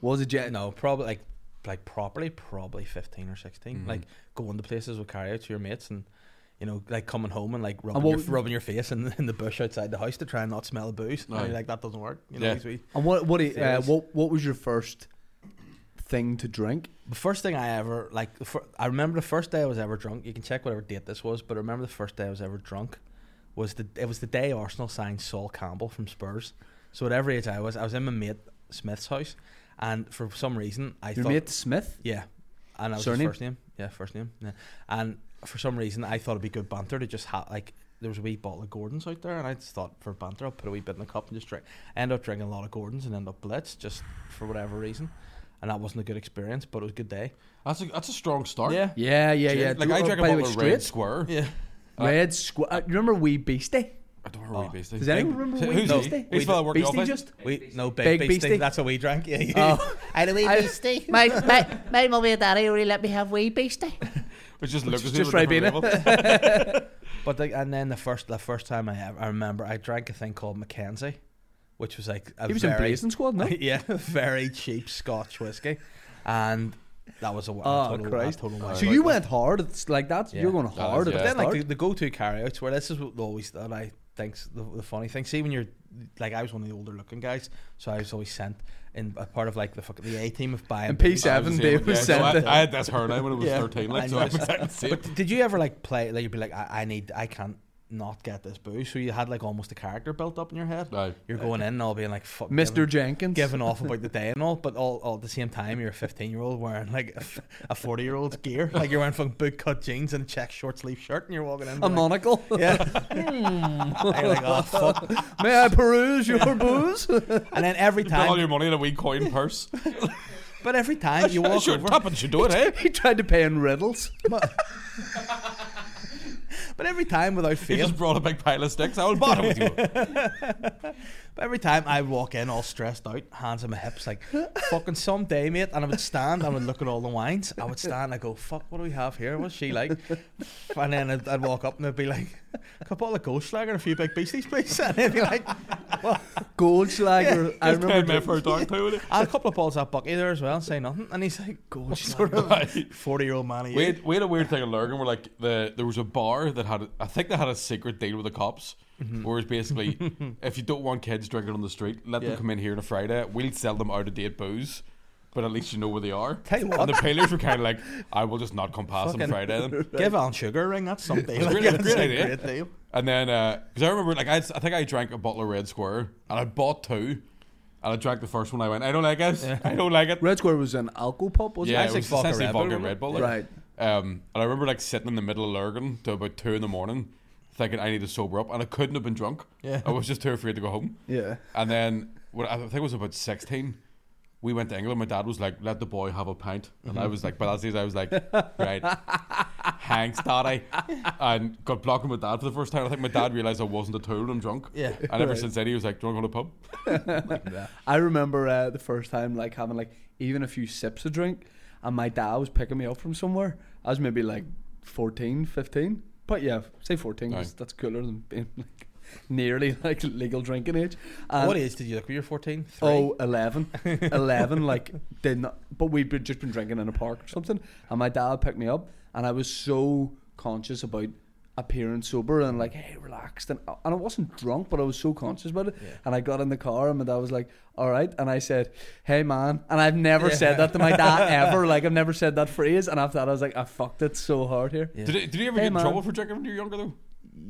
Speaker 1: Was it yet?
Speaker 3: No, probably like like properly, probably fifteen or 16 Like going to places with carryouts, your mates, and you know, like coming home and like rubbing,
Speaker 1: what-
Speaker 3: your, rubbing your face in, in the bush outside the house to try and not smell a booze.
Speaker 2: Aye.
Speaker 3: And you're like that doesn't work. You know,
Speaker 2: Yeah.
Speaker 3: these wee-
Speaker 1: And what what i- uh,
Speaker 3: Serious.
Speaker 1: what what was your first thing to drink?
Speaker 3: The first thing I ever like, the fir- I remember the first day I was ever drunk. You can check whatever date this was, but I remember the first day I was ever drunk was the it was the day Arsenal signed Saul Campbell from Spurs. So at every age I was, I was in my mate Smith's house, and for some reason I
Speaker 1: Your
Speaker 3: thought
Speaker 1: mate Smith.
Speaker 3: yeah, and that was his
Speaker 1: Surname?
Speaker 3: first name, yeah, first name, yeah, and for some reason I thought it'd be good banter to just ha- like there was a wee bottle of Gordon's out there, and I just thought for banter, I'll put a wee bit in a cup and just drink. End up drinking a lot of Gordon's and end up blitz just for whatever reason, and that wasn't a good experience, but it was a good day.
Speaker 2: That's a that's a strong start.
Speaker 3: Yeah,
Speaker 1: Yeah, yeah, yeah.
Speaker 2: Like
Speaker 1: Do-
Speaker 2: I
Speaker 1: oh,
Speaker 2: drank a
Speaker 1: by the
Speaker 2: bottle
Speaker 1: way,
Speaker 2: of red
Speaker 1: straight?
Speaker 2: square.
Speaker 3: yeah.
Speaker 2: Uh,
Speaker 1: Red square. Uh, you remember Wee Beastie?
Speaker 2: I don't remember
Speaker 3: Oh.
Speaker 2: wee beastie.
Speaker 1: Does anyone remember Wee
Speaker 2: Who's he?
Speaker 1: Beastie?
Speaker 2: He's the fella that worked in the
Speaker 1: Beastie
Speaker 2: office.
Speaker 1: just?
Speaker 3: We no
Speaker 1: Big
Speaker 3: big, beastie.
Speaker 1: beastie.
Speaker 3: That's what we drank. Yeah, yeah.
Speaker 1: Oh.
Speaker 4: I had a wee
Speaker 1: I-
Speaker 4: beastie. My, my, my mummy and daddy only let me have wee beastie.
Speaker 2: Which just looked
Speaker 1: Just-
Speaker 2: as if
Speaker 1: just
Speaker 2: it was a
Speaker 1: Ribena.
Speaker 2: different level.
Speaker 3: But the, and then the first the first time I ever, I remember I drank a thing called Mackenzie, which was like a
Speaker 1: He was in
Speaker 3: very
Speaker 1: Blazing Squad, no?
Speaker 3: yeah very cheap Scotch whiskey, and that was a, wa-
Speaker 1: Oh,
Speaker 3: a total,
Speaker 1: Christ.
Speaker 3: a total
Speaker 2: Oh,
Speaker 1: So
Speaker 3: washout.
Speaker 1: you went hard. It's like that.
Speaker 3: Yeah.
Speaker 1: You're going
Speaker 2: That
Speaker 1: hard at
Speaker 2: is,
Speaker 1: the
Speaker 2: yeah.
Speaker 3: But then, like
Speaker 1: start.
Speaker 3: the, the go-to carryouts, where this is what always that I think's the, the funny thing. See, when you're like, I was one of the older-looking guys, so I was always sent in a part of like the fucking, the A team of buying.
Speaker 1: And
Speaker 3: beer.
Speaker 1: peace out. Seven,
Speaker 2: I was the
Speaker 1: Dave
Speaker 2: same,
Speaker 1: was
Speaker 2: yeah. No,
Speaker 1: sent
Speaker 2: I, I had this hair line when I was
Speaker 3: Yeah.
Speaker 2: thirteen, like
Speaker 3: I
Speaker 2: so.
Speaker 3: know.
Speaker 2: I'm exactly the same.
Speaker 3: But did you ever like play? Like you'd be like, I, I need, I can't not get this booze. So you had like almost a character built up in your head.
Speaker 2: Aye.
Speaker 3: You're
Speaker 1: Uh,
Speaker 3: going in and all being like, fuck,
Speaker 1: Mr.
Speaker 3: giving-
Speaker 1: Jenkins.
Speaker 3: Giving off about the day and all, but all, all at the same time, you're a 15 year old wearing like a 40 year old's gear. Like you're wearing fucking boot cut jeans and a check short sleeve shirt, and you're walking in.
Speaker 1: a
Speaker 3: like,
Speaker 1: monocle.
Speaker 3: Yeah. And you're like, oh, fuck.
Speaker 1: May I peruse your booze?
Speaker 3: And then every
Speaker 2: Put all
Speaker 3: time,
Speaker 2: your money in a wee coin purse.
Speaker 3: but every time you walk
Speaker 2: Sure,
Speaker 3: over,
Speaker 2: Tuppence should do it, eh?
Speaker 1: he tried to pay in riddles.
Speaker 3: but every time without
Speaker 2: He
Speaker 3: fail,
Speaker 2: just brought a big pile of sticks. I will bottom with you.
Speaker 3: but every time I walk in all stressed out, hands on my hips, like fucking someday, mate. And I would stand, I would look at all the wines, I would stand, I go, fuck, what do we have here? What's she like? And then I'd, I'd walk up and I'd be like, a couple of Goldschlager and a few big beasties, please. And they'd be like,
Speaker 1: Goldschlager. I
Speaker 2: Just ten men
Speaker 1: remember.
Speaker 2: for a dark too, would it?
Speaker 3: and a couple of balls at Bucky there as well, say nothing. And he's like, Goldschlager,
Speaker 2: Aye.
Speaker 3: forty year old man. he
Speaker 2: We
Speaker 3: is.
Speaker 2: had, we had a weird thing in Lurgan where like the there was a bar that had I think they had a secret deal with the cops,
Speaker 3: Mm-hmm.
Speaker 2: where it's basically if you don't want kids drinking on the street, let
Speaker 3: Yeah.
Speaker 2: them come in here on a Friday. We'll sell them out of date booze, but at least you know where they are.
Speaker 3: Tell you
Speaker 2: And
Speaker 3: what,
Speaker 2: the peelers were kind of like, I will just not come past on
Speaker 3: Fucking-
Speaker 2: Friday then.
Speaker 3: give Alan Sugar a ring. That's something.
Speaker 2: It's a great-
Speaker 3: that's
Speaker 2: great
Speaker 3: a
Speaker 2: idea.
Speaker 3: Great deal.
Speaker 2: And then because I remember like I, I think I drank a bottle of Red Square and I bought two. And I drank the first one. I went, I don't like it. I don't like it.
Speaker 1: Red Square was an alcohol pub, wasn't
Speaker 2: yeah,
Speaker 1: it?
Speaker 2: it was
Speaker 3: like vodka
Speaker 2: essentially
Speaker 3: Red Bull,
Speaker 2: vodka
Speaker 3: wasn't it?
Speaker 2: Red Bull. like.
Speaker 1: Right.
Speaker 2: Um, and I remember like sitting in the middle of Lurgan till about two in the morning, thinking I need to sober up, and I couldn't have been drunk.
Speaker 3: Yeah.
Speaker 2: I was just too afraid to go home.
Speaker 1: Yeah.
Speaker 2: And then when I think it was about sixteen, we went to England. My dad was like, "Let the boy have a pint," and I was like, "But that's I was like, right, thanks, daddy," and got blocked with my dad for the first time. I think my dad realized I wasn't a tool and I'm drunk.
Speaker 3: Yeah.
Speaker 2: And ever
Speaker 1: Right.
Speaker 2: since then, he was like, "Do you want to go to the pub?"
Speaker 1: I remember uh, the first time like having like even a few sips of drink, and my dad was picking me up from somewhere. I was maybe like 14, 15. but yeah, say fourteen 'cause
Speaker 2: Aye.
Speaker 1: that's cooler than being like nearly like legal drinking age. And
Speaker 3: what age did you look? Were you 14? Three?
Speaker 1: Oh, 11. 11, like, did not. But we'd been- just been drinking in a park or something. And my dad picked me up. And I was so conscious about appearing sober and, like, hey, relaxed. And, uh, and I wasn't drunk, but I was so conscious about it. And I got in the car, and my dad was like, all right. And I said, hey, man. And I've never said that to my dad ever. Like, I've never said that phrase. And after that, I was like, I fucked it so hard here.
Speaker 3: Yeah.
Speaker 2: Did, it, did you ever
Speaker 1: Hey,
Speaker 2: get in
Speaker 1: man.
Speaker 2: trouble for drinking when you were younger though?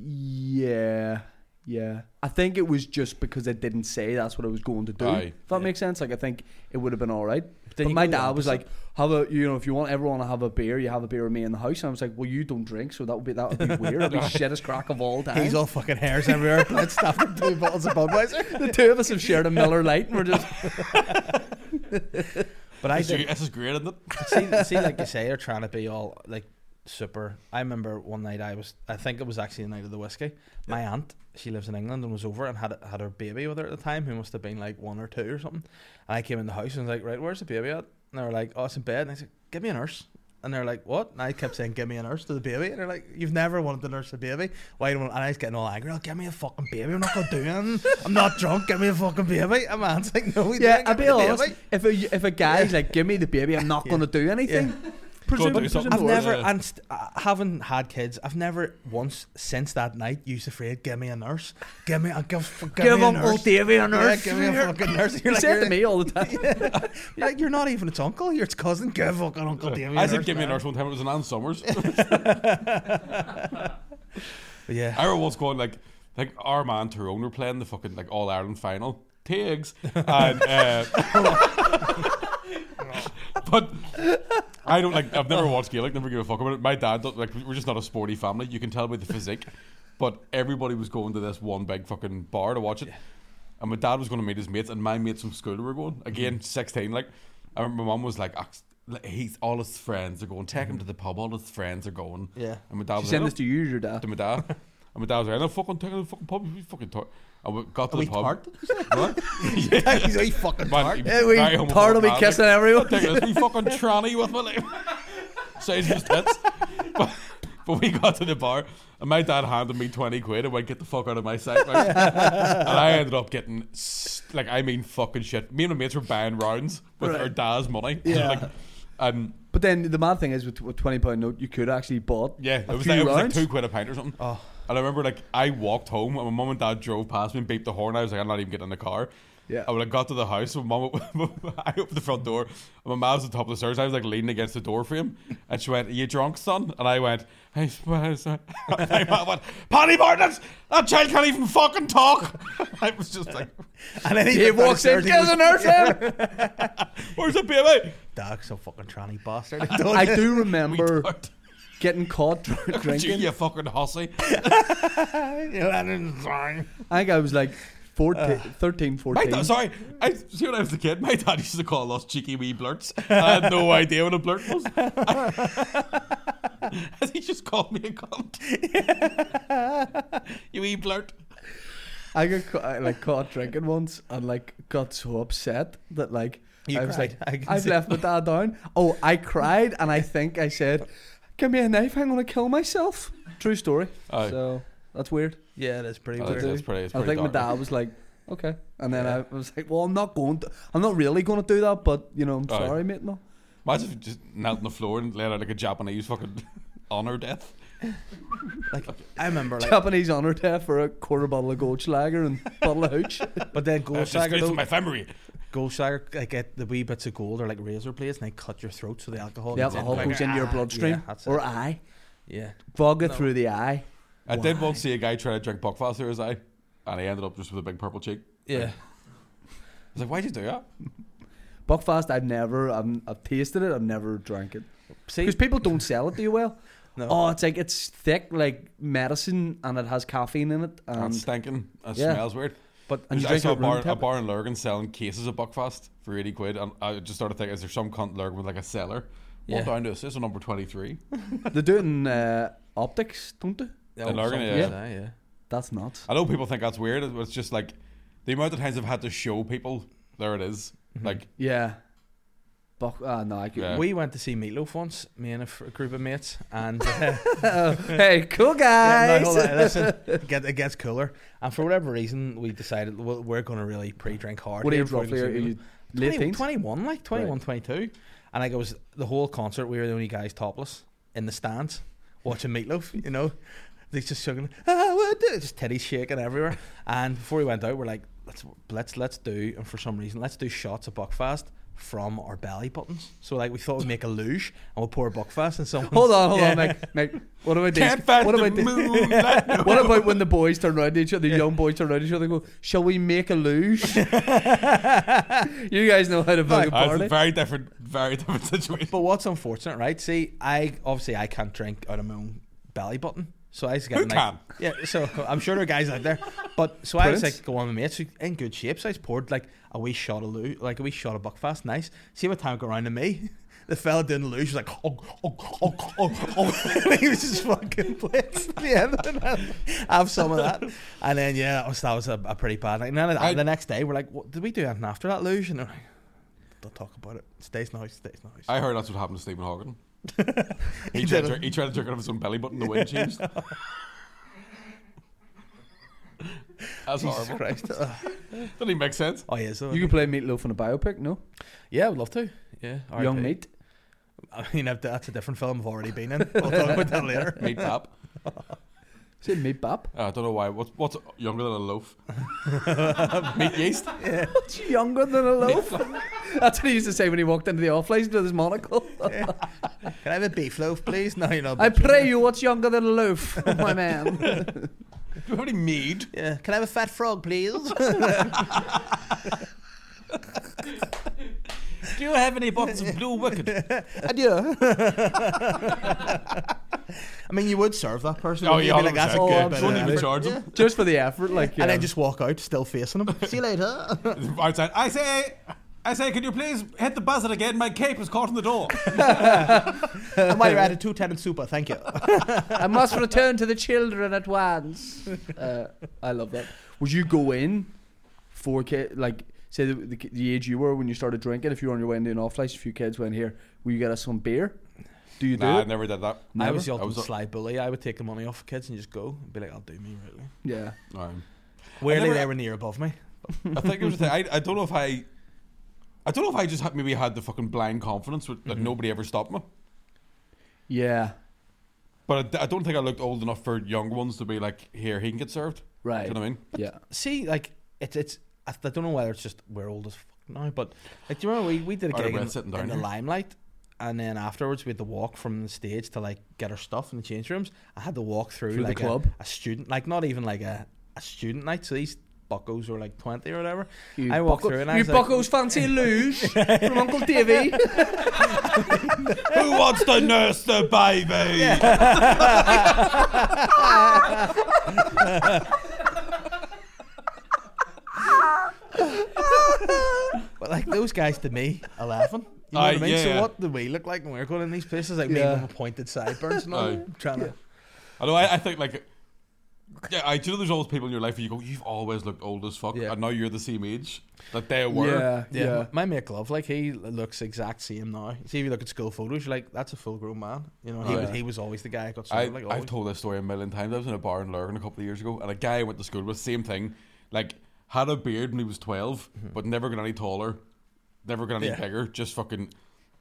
Speaker 1: Yeah. Yeah. I think it was just because I didn't say that's what I was going to do.
Speaker 2: Aye.
Speaker 1: If that
Speaker 3: Yeah.
Speaker 1: makes sense, like I think it would have been all right.
Speaker 3: then
Speaker 1: but
Speaker 3: you
Speaker 1: my
Speaker 3: go the
Speaker 1: dad was
Speaker 3: opposite.
Speaker 1: like, "Have a you know if you want everyone to have a beer, you have a beer with me in the house." And I was like, "Well, you don't drink, so that would be that would be weird. That'd be shittest crack of all time."
Speaker 3: He's all fucking hairs everywhere. Let's stop with two bottles of Budweiser.
Speaker 1: the two of us have shared a Miller Light, and we're just
Speaker 3: But I
Speaker 2: This is-
Speaker 3: did.
Speaker 2: this is great, isn't it?
Speaker 3: see, see, like you say, you're trying to be all like super. I remember one night I was, I think it was actually the night of the whiskey. My aunt, she lives in England and was over and had had her baby with her at the time, who must have been like one or two or something. And I came in the house and was like, right, where's the baby at? And they were like, oh, it's in bed. And I said, give me a nurse. And they're like, what? And I kept saying, give me a nurse to the baby. And they're like, you've never wanted to nurse a baby. Why don't? And I was getting all angry. Like, give me a fucking baby. I'm not gonna do anything. I'm not drunk. Give me a fucking baby. And my aunt's like, no, we
Speaker 1: yeah.
Speaker 3: didn't
Speaker 1: I'll
Speaker 3: give me
Speaker 1: be
Speaker 3: the
Speaker 1: honest.
Speaker 3: baby."
Speaker 1: If a if a guy's like, "Give me the baby," I'm not
Speaker 3: Yeah.
Speaker 1: going to do anything. Presume,
Speaker 2: Go do something.
Speaker 1: presume
Speaker 3: I've
Speaker 2: Or-
Speaker 3: never,
Speaker 2: Yeah.
Speaker 3: and st- I haven't had kids. I've never once since that night used the phrase "Give me a nurse, give me, a, give, give,
Speaker 1: give
Speaker 3: me a
Speaker 1: him
Speaker 3: nurse."
Speaker 1: old Davy a
Speaker 3: Yeah,
Speaker 1: nurse.
Speaker 3: give me a fucking nurse.
Speaker 1: he
Speaker 3: You're like,
Speaker 1: said
Speaker 3: you're,
Speaker 1: to me all the time.
Speaker 3: you're like, you're not even its uncle. You're its cousin. Give fucking Uncle Damien.
Speaker 2: I said, "Give me a nurse." One time it was an Ann Summers.
Speaker 3: But yeah,
Speaker 2: I remember once going like like our man Tyrone were playing the fucking like All Ireland final. Tiggs and uh, but I don't like I've never watched Gaelic, never give a fuck about it. My dad don't, like we're just not a sporty family. You can tell by the physique. But everybody was going to this one big fucking bar to watch it. And my dad was going to meet his mates, and my mates from school were going. Again,
Speaker 3: Mm-hmm.
Speaker 2: 16. Like, I remember my mum was like, "Ah, like, he's all his friends are going. Take him to the pub. All his friends are going.
Speaker 3: Yeah.
Speaker 2: And my dad
Speaker 1: She
Speaker 2: was
Speaker 1: sent
Speaker 2: like,
Speaker 1: this to you, your
Speaker 2: "Oh,"
Speaker 1: dad.
Speaker 2: to my dad. And my dad was like, no, er fucking take him to the fucking pub. You fucking tart. And we
Speaker 1: Er
Speaker 2: got to the
Speaker 3: we
Speaker 2: pub.
Speaker 3: tart?
Speaker 2: What? yeah.
Speaker 3: He's a fucking
Speaker 2: Man, he was
Speaker 1: Yeah, we
Speaker 2: very
Speaker 1: tart will be
Speaker 2: homophobic.
Speaker 1: kissing everyone.
Speaker 2: Take this wee er fucking tranny with my name. Says his tits. But, but we got to the bar, and my dad handed me 20 quid and went, Get the fuck out of my sight. right?" and I ended up getting, s- like, I mean, fucking shit. Me and my mates were buying rounds with
Speaker 1: Right.
Speaker 2: our dad's money.
Speaker 1: Yeah.
Speaker 2: Like, and
Speaker 1: But then the mad thing is, with a twenty pound note, you could actually bought.
Speaker 2: yeah, it
Speaker 1: a
Speaker 2: was,
Speaker 1: few
Speaker 2: like, it was like
Speaker 1: rounds.
Speaker 2: two quid a pint or something.
Speaker 3: Oh.
Speaker 2: And I remember, like, I walked home, and my mum and dad drove past me and beeped the horn. I was like, I'm not even getting in the car.
Speaker 1: Yeah.
Speaker 2: And when I got to the house, my mum, I opened the front door, and my mum was at the top of the stairs. I was like leaning against the door frame, and she went, Are you drunk, son? And I went, Hey, sorry. sorry." my mum went, Paddy Martins, that child can't even fucking talk. I was just like,
Speaker 3: And then he,
Speaker 1: He walks in, gives an earth him.
Speaker 2: Where's the baby?
Speaker 3: Dog's a fucking tranny bastard.
Speaker 1: I do
Speaker 2: We
Speaker 1: remember
Speaker 2: tart.
Speaker 1: getting caught dr-
Speaker 2: You,
Speaker 1: drinking.
Speaker 2: you fucking hussy.
Speaker 1: I think I was like
Speaker 2: Uh,
Speaker 1: 14, 13,
Speaker 2: My
Speaker 1: 14.
Speaker 2: dad, sorry, I see when I was a kid, my dad used to call us cheeky wee blurts. I had no idea what a blurt was. he just called me a cunt. you wee blurt.
Speaker 1: I got ca- I, like caught drinking once and like got so upset that like
Speaker 3: You
Speaker 1: I was
Speaker 3: cried.
Speaker 1: like
Speaker 3: I can
Speaker 1: I've
Speaker 3: see.
Speaker 1: left my dad down. Oh, I cried and I think I said, "Give me a knife, I'm gonna kill myself." True story.
Speaker 2: Aye.
Speaker 1: So that's weird.
Speaker 3: yeah, that's pretty
Speaker 2: Oh,
Speaker 3: weird.
Speaker 2: that's pretty. It's
Speaker 1: I
Speaker 2: pretty
Speaker 1: think my
Speaker 2: dark.
Speaker 1: dad was like, "Okay," and then I was like, "Well, I'm not going. To, I'm not really going to do that, but you know, I'm
Speaker 2: Aye.
Speaker 1: sorry, mate. No,
Speaker 2: Imagine if you just knelt on the floor and let out like a Japanese fucking honor death.
Speaker 3: Like I remember, like,
Speaker 1: Japanese honor death for a quarter bottle of gold Schlager and bottle of hooch."
Speaker 3: but then
Speaker 2: Uh,
Speaker 3: Goldschlager
Speaker 2: disgrace
Speaker 3: though,
Speaker 2: to my family.
Speaker 3: Goldschlager, I get the wee bits of gold are like razor blades, and they cut your throat so the alcohol.
Speaker 1: The
Speaker 3: gets in
Speaker 1: alcohol
Speaker 3: quicker.
Speaker 1: goes into your
Speaker 3: Ah,
Speaker 1: bloodstream
Speaker 3: yeah, that's it.
Speaker 1: or eye,
Speaker 3: Yeah,
Speaker 1: vodka
Speaker 3: No.
Speaker 1: through the eye.
Speaker 2: I did once see a guy try to drink Buckfast through his eye, and he ended up just with a big purple cheek.
Speaker 3: yeah.
Speaker 2: I was like, why'd you do that?
Speaker 1: Buckfast, I've never, I've, I've tasted it, I've never drank it
Speaker 3: See,
Speaker 1: because people don't sell it to you well.
Speaker 3: No.
Speaker 1: Oh, it's like it's thick like medicine, and it has caffeine in it,
Speaker 2: That's
Speaker 1: and
Speaker 2: stinking. That
Speaker 1: Yeah.
Speaker 2: smells weird.
Speaker 1: but
Speaker 2: And
Speaker 1: and you
Speaker 2: I
Speaker 1: drink it
Speaker 2: saw a
Speaker 1: at room
Speaker 2: bar, a
Speaker 1: temp.
Speaker 2: bar in Lurgan selling cases of Buckfast for 80 quid, and I just started thinking, is there some cunt Lurgan with like a cellar? Yeah.
Speaker 3: Yeah.
Speaker 2: Walk down to assist on number 23.
Speaker 1: They do it in uh, optics, don't they?
Speaker 3: Yeah,
Speaker 2: an
Speaker 3: well,
Speaker 2: organ,
Speaker 3: something
Speaker 2: yeah.
Speaker 3: like that, yeah.
Speaker 1: That's nuts.
Speaker 2: I know people think that's weird. It's just like the amount of times I've had to show people, there it is.
Speaker 1: Mm-hmm.
Speaker 2: Like,
Speaker 1: Yeah. Buck, ah, no, I could.
Speaker 2: Yeah.
Speaker 3: We went to see Meatloaf once, me and a, fr- a group of mates, and uh,
Speaker 1: hey, cool
Speaker 3: Yeah,
Speaker 1: guys.
Speaker 3: no, hold on, listen, it, get, it gets cooler. And for whatever reason, we decided well, we're going to really pre-drink hard.
Speaker 1: what
Speaker 3: here
Speaker 1: age
Speaker 3: before
Speaker 1: roughly
Speaker 3: we go
Speaker 1: are
Speaker 3: see
Speaker 1: you?
Speaker 3: Meatloaf.
Speaker 1: Late
Speaker 3: 20,
Speaker 1: teens.
Speaker 3: 21, like 21, 22. And like it was the whole concert, we were the only guys topless in the stands watching Meatloaf, you know. They just singing, ah, what do-" just teddy shaking everywhere. And before we went out, we're like, let's let's let's do, and for some reason, let's do shots of Buckfast from our belly buttons. So like we thought we'd make a luge and we'll pour Buckfast and some.
Speaker 1: Hold on, hold
Speaker 3: Yeah.
Speaker 1: on, Mike. Mike, what about these?
Speaker 2: can't find
Speaker 1: What
Speaker 2: the
Speaker 1: about these?
Speaker 2: moon. like, no.
Speaker 1: What about when the boys turn around to each other, the young boys turn around to each other and go, Shall we make a luge? you guys know how to fucking
Speaker 2: That's
Speaker 1: party.
Speaker 2: a very different, very different situation.
Speaker 3: But what's unfortunate, right? See, I obviously I can't drink out of my own belly button, so I just get
Speaker 2: Who
Speaker 3: a nice-
Speaker 2: can?
Speaker 3: Yeah, so I'm sure there are guys out there, but so I was
Speaker 1: Prince?
Speaker 3: like going with my mates who- in good shape. So I just poured like a wee shot of loo, like a wee shot of Buckfast, nice. See what time it got around to me. The fella doing the luge was like, oh, oh, oh, oh, oh. he was just fucking blitzed at the end of it. Have some of that, and then yeah, that was that was a, a pretty bad night. And then
Speaker 2: I-
Speaker 3: the next day, we're like, what did we do anything after that luge? And they're like, don't talk about it. Stays nice, stays nice.
Speaker 2: I heard that's what happened to Stephen Hawking. he,
Speaker 3: He
Speaker 2: tried
Speaker 3: did
Speaker 2: to,
Speaker 3: it.
Speaker 2: drink- he tried to drink out of his own belly button, the wind changed. That's
Speaker 3: Jesus
Speaker 2: horrible.
Speaker 3: Christ. Ugh.
Speaker 2: Doesn't even make sense.
Speaker 3: oh, yeah. So
Speaker 1: You could play Meatloaf in a biopic, no?
Speaker 3: yeah, I would love to. Yeah.
Speaker 1: young
Speaker 3: RIP.
Speaker 1: Meat.
Speaker 3: I mean, I've, that's a different film I've already been in. We'll talk about that later.
Speaker 2: Meat pap.
Speaker 1: Is it Meat Bap?
Speaker 2: Uh, I don't know why. What's what's younger than a loaf? Meat yeast.
Speaker 1: It's younger than a loaf. That's what he used to say when he walked into the off license with his monocle.
Speaker 3: Can I have a beef loaf, please? No, you're not.
Speaker 1: I pray you, what's younger than a loaf, my man?
Speaker 2: Do you have any mead?
Speaker 3: Yeah. Can I have a fat frog, please?
Speaker 2: Do you have any bottles of blue wicked?
Speaker 3: Adieu. I mean, you would serve that person.
Speaker 2: Oh,
Speaker 3: wouldn't you
Speaker 2: yeah,
Speaker 3: Be like, that's a
Speaker 2: 100%,
Speaker 3: good
Speaker 1: yeah.
Speaker 3: bit of
Speaker 1: Don't even
Speaker 3: effort.
Speaker 2: charge 'em.
Speaker 3: Yeah.
Speaker 1: just for the effort, like yeah.
Speaker 3: And then just walk out, still facing him. See you later.
Speaker 2: Outside, I say, I say, can you please hit the buzzer again? My cape is caught in the door.
Speaker 3: and while you're at it, two tenant super, thank you.
Speaker 1: I must return to the children at once. Uh, I love that. Would you go in for kid like say the, the, the age you were when you started drinking? If you were on your way into an off license, a few kids went here. Will you get us some beer? Do you do
Speaker 2: nah, I
Speaker 1: it?
Speaker 2: never did that.
Speaker 3: I was
Speaker 2: I
Speaker 3: the ultimate
Speaker 2: was a-
Speaker 3: sly bully. I would take the money off kids and just go and be like, I'll do me, really.
Speaker 1: Yeah.
Speaker 2: Um,
Speaker 3: Weirdly,
Speaker 2: never-
Speaker 3: they were near above me.
Speaker 2: I think it was the thing. I, I don't know if I, I don't know if I just had, maybe had the fucking blind confidence with, that nobody ever stopped me.
Speaker 1: Yeah.
Speaker 2: But I, I don't think I looked old enough for young ones to be like, here, he can get served. Do
Speaker 1: Right.
Speaker 2: you know what I mean?
Speaker 1: Yeah.
Speaker 3: See, like, it's, it's, I I don't know whether it's just we're old as fuck now, but like, do you remember we, we did a
Speaker 2: Out of
Speaker 3: gig
Speaker 2: breath
Speaker 3: in,
Speaker 2: sitting
Speaker 3: in
Speaker 2: down
Speaker 3: the
Speaker 2: here.
Speaker 3: limelight, and then afterwards we had to walk from the stage to like get our stuff in the change rooms. I had to walk through,
Speaker 1: Through the
Speaker 3: like a-
Speaker 1: club?
Speaker 3: A, student, like not even like a, a student night. So these buckos were like twenty or whatever.
Speaker 1: You
Speaker 3: I walked
Speaker 1: bucko-
Speaker 3: through and I
Speaker 1: you
Speaker 3: was like-
Speaker 1: buckos fancy a luge from Uncle Davy.
Speaker 2: Who wants to nurse the baby?
Speaker 3: But like those guys to me, eleven. You know
Speaker 2: Aye,
Speaker 3: what I mean?
Speaker 2: yeah,
Speaker 3: so
Speaker 2: yeah.
Speaker 3: what do we look like when we're going in these places? Like
Speaker 1: Yeah.
Speaker 3: me with my pointed sideburns and all,
Speaker 2: Aye.
Speaker 3: trying to.
Speaker 2: I know. I, I think like, yeah. I do. You know, there's always people in your life where you go, you've always looked old as fuck,
Speaker 3: Yeah.
Speaker 2: and now you're the same age that they were.
Speaker 1: yeah.
Speaker 3: Yeah,
Speaker 1: Yeah.
Speaker 3: my mate Glove, like he looks exact same now. See, if you look at school photos, you're like, that's a full grown man. You know, he,
Speaker 2: Oh, Yeah.
Speaker 3: was, he was always the guy that got
Speaker 2: I,
Speaker 3: served. like, always.
Speaker 2: I've told this story a million times. I was in a bar in Lurgan a couple of years ago, and a guy I went to school with, same thing, like had a beard when he was 12 but never got any taller, never got any
Speaker 3: Mm-hmm. Yeah.
Speaker 2: bigger, just fucking.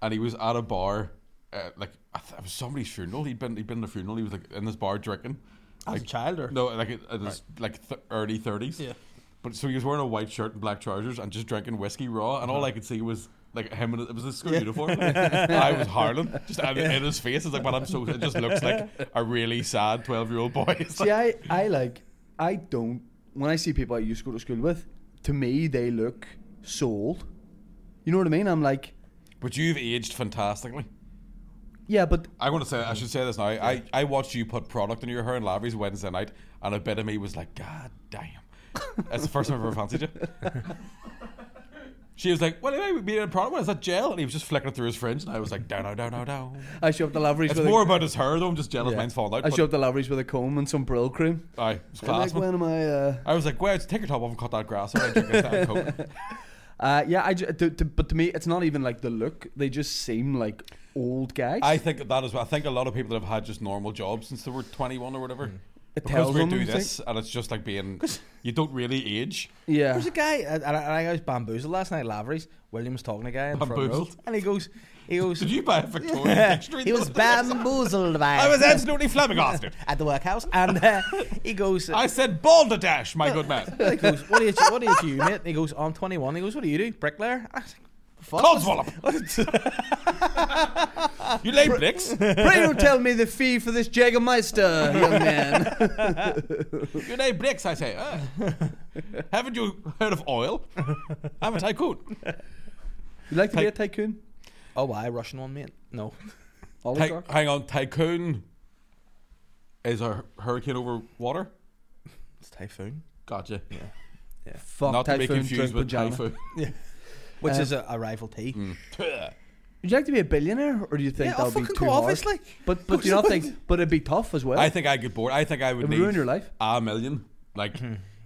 Speaker 2: And he was at a bar, uh, like I th- it was somebody's funeral. He'd been he'd been in a funeral. He was like in this bar drinking.
Speaker 3: As
Speaker 2: Like,
Speaker 3: a child, or
Speaker 2: no, like it, it was like th- early thirties.
Speaker 3: Yeah.
Speaker 2: But so he was wearing a white shirt and black trousers and just drinking whiskey raw, and all
Speaker 1: Uh-huh.
Speaker 2: I could see was like him in it was his school uniform. I was howling just in, in his face. It's like, man, I'm so. It just looks like a really sad twelve year old boy. It's like,
Speaker 1: See, I, I like, I don't. When I see people I used to go to school with, to me they look sold. You know what I mean? I'm like,
Speaker 2: But you've aged fantastically.
Speaker 1: yeah, but
Speaker 2: I want to say I should say this now. I, I watched you put product in your hair and Lavery's Wednesday night, and a bit of me was like, God damn, that's the first time I've ever fancied you. She was like, "Well, anyway, we made a product. What is that gel?" And he was just flicking it through his fringe, and I was like, "Down, down, down, down, down."
Speaker 1: I shoved the laveries.
Speaker 2: It's
Speaker 1: with
Speaker 2: more
Speaker 1: a,
Speaker 2: about his hair, though. I'm just jealous
Speaker 1: yeah.
Speaker 2: mine's falling out.
Speaker 1: I
Speaker 2: but-
Speaker 1: shoved the laveries with a comb and some Brill cream.
Speaker 2: Aye, it's
Speaker 1: I'm
Speaker 2: class.
Speaker 1: like,
Speaker 2: man.
Speaker 1: when am I? Uh,
Speaker 2: I was like, "Well, just take your top off and cut that grass." away and drink this damn Coke."
Speaker 1: uh, yeah, I. ju- To, to, but to me, it's not even like the look. They just seem like old guys.
Speaker 2: I think that is. I think a lot of people that have had just normal jobs since they were 21 or whatever.
Speaker 1: it
Speaker 2: Because
Speaker 1: tells
Speaker 2: we
Speaker 1: them.
Speaker 2: do
Speaker 1: you think?
Speaker 2: this, and it's just like being. You don't really age.
Speaker 1: Yeah.
Speaker 3: There's a guy, and and I, and I was bamboozled last night. at Lavery's William was talking to a guy in the front row,
Speaker 2: Bamboozled?
Speaker 3: and he goes, he goes,
Speaker 2: Did you buy a Victorian dictionary?
Speaker 3: he was bamboozled by
Speaker 2: I was absolutely flabbergasted.
Speaker 3: at the workhouse, and uh, he goes,
Speaker 2: I said balderdash, my good man.
Speaker 3: he goes, what age, what age are you, mate? And he goes, I'm 21. He goes, what do you do, bricklayer? I was
Speaker 2: Codswallop. you lay bricks.
Speaker 1: Pray don't tell me the fee for this Jägermeister, young man.
Speaker 2: You lay bricks, I say. Ah. Haven't you heard of oil? I'm a tycoon.
Speaker 1: You'd like to be
Speaker 2: Ty-
Speaker 1: a tycoon?
Speaker 3: like, oh, why Russian one, mate? No,
Speaker 2: Ty-
Speaker 1: Oligarch?
Speaker 2: hang on, tycoon is a hurricane over water.
Speaker 3: it's typhoon,
Speaker 2: Gotcha.
Speaker 1: Fuck
Speaker 2: Not to be
Speaker 1: typhoon,
Speaker 2: confused
Speaker 1: drink
Speaker 2: with
Speaker 1: pajama.
Speaker 2: typhoon.
Speaker 3: which
Speaker 2: Uh,
Speaker 1: Um,
Speaker 3: is a, a rival tea.
Speaker 2: Mm.
Speaker 1: Would you like to be a billionaire, or do you think
Speaker 3: Yeah, I'll
Speaker 1: that'll be
Speaker 3: fucking
Speaker 1: too
Speaker 3: go
Speaker 1: hard?
Speaker 3: off. It's like
Speaker 1: But but do you not think? But it'd be tough as well.
Speaker 2: I think I get bored. I think I would
Speaker 1: it'd
Speaker 2: need
Speaker 1: ruin your life. Hmm.
Speaker 2: a million, like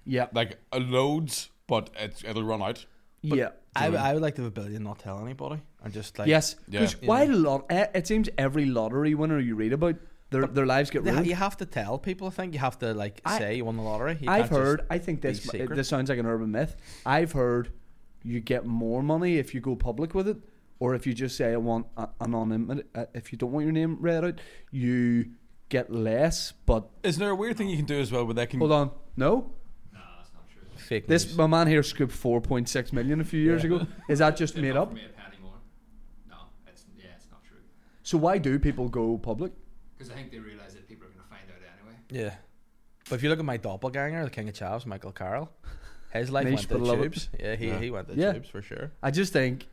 Speaker 1: Yeah,
Speaker 2: like uh, loads, but it's, it'll run out.
Speaker 1: yeah.
Speaker 3: I, I would like to have a billion, not tell anybody, and just like
Speaker 1: yes,
Speaker 2: Yeah.
Speaker 1: because
Speaker 3: You
Speaker 1: why lot? eh, It seems every lottery winner you read about, their their lives get
Speaker 3: They ha-
Speaker 1: ruined.
Speaker 3: You have to tell people. I think you have to like
Speaker 1: I-
Speaker 3: say you won the lottery. You
Speaker 1: I've
Speaker 3: can't just-
Speaker 1: heard. I think
Speaker 3: be
Speaker 1: this
Speaker 3: secret.
Speaker 1: this sounds like an urban myth. I've heard you get more money if you go public with it, or if you just say I want a- anonymity. uh, If you don't want your name read out, you get less. But
Speaker 2: Isn't there a weird thing you can do as well where they can
Speaker 1: hold on, no.
Speaker 3: fake
Speaker 1: This
Speaker 3: news.
Speaker 1: my man here scooped four point six million a few years ago. Is that just
Speaker 5: They've
Speaker 1: made
Speaker 5: not
Speaker 1: up?
Speaker 5: offered me a penny more. No, it's yeah, it's not true.
Speaker 1: So why do people go public?
Speaker 5: Because I think they realise that people are going to find out anyway.
Speaker 3: yeah. But if you look at my doppelganger, the King of Chavs, Michael Carroll, his life
Speaker 1: Niche,
Speaker 3: went to
Speaker 1: but love it.
Speaker 3: tubes. Yeah, he
Speaker 2: Yeah.
Speaker 3: he went to
Speaker 1: Yeah.
Speaker 3: tubes for sure.
Speaker 1: I just think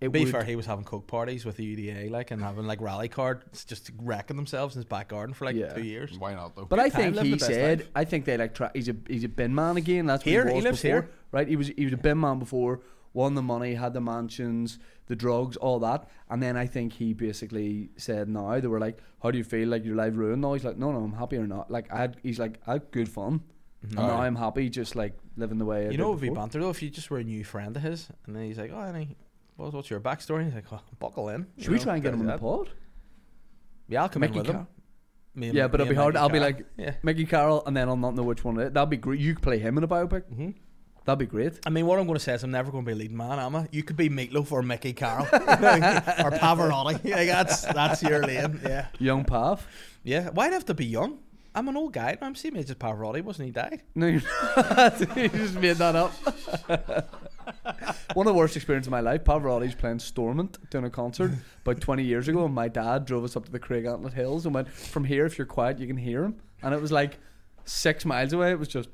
Speaker 1: it
Speaker 3: be
Speaker 1: would,
Speaker 3: fair, he was having coke parties with the UDA, like, and having like rally cards, just wrecking themselves in his back garden for like
Speaker 1: Yeah.
Speaker 3: two years.
Speaker 2: Why not though?
Speaker 1: But
Speaker 3: Good
Speaker 1: I
Speaker 3: time,
Speaker 1: think
Speaker 3: living
Speaker 1: he
Speaker 3: the best
Speaker 1: said,
Speaker 3: life.
Speaker 1: I think they like try, he's a he's a bin man again. That's what
Speaker 3: Here,
Speaker 1: he
Speaker 3: he
Speaker 1: was
Speaker 3: lives
Speaker 1: before,
Speaker 3: here.
Speaker 1: right? He was he was a bin man before, won the money, had the mansions, the drugs, all that, and then I think he basically said, "No." They were like, "How do you feel? Like your life ruined?" No, he's like, "No, no, I'm happy or not." Like I had, he's like, "I had good fun, and now
Speaker 2: Aye.
Speaker 1: I'm happy, just like living the way I
Speaker 3: Mm-hmm. you know,
Speaker 1: did
Speaker 3: it would be
Speaker 1: before."
Speaker 3: banter though if you just were a new friend of his, and then he's like, "Oh, Annie, what's, what's your backstory?" And he's like, "Oh, buckle in." you
Speaker 1: Should we
Speaker 3: know,
Speaker 1: try and get
Speaker 3: things
Speaker 1: him on the
Speaker 3: like that.
Speaker 1: pod?
Speaker 3: Yeah, I'll come in
Speaker 1: Mickey
Speaker 3: with
Speaker 1: Carr.
Speaker 3: him. Me and-
Speaker 1: Yeah, but
Speaker 3: me
Speaker 1: it'll be
Speaker 3: and
Speaker 1: hard.
Speaker 3: Mickey
Speaker 1: I'll be
Speaker 3: Carr.
Speaker 1: like
Speaker 3: yeah.
Speaker 1: Mickey Carroll, and then I'll not know which one it is. That'd be great. You could play him in a biopic.
Speaker 3: hmm
Speaker 1: That'd be great.
Speaker 3: I mean, what I'm going to say is I'm never going to be a leading man, am I? You could be Meatloaf or Mickey Carroll or Pavarotti. Like, that's that's your lane. Yeah,
Speaker 1: Young Pav.
Speaker 3: yeah. Why'd I have to be young? I'm an old guy. I'm same age as Pavarotti. Wasn't he died?
Speaker 1: No, you're not. you just made that up. One of the worst experiences of my life. Pavarotti's playing Stormont doing a concert about 20 years ago, and my dad drove us up to the Craig Antlet Hills and went, "From here, if you're quiet, you can hear him." And it was like six miles away. It was just.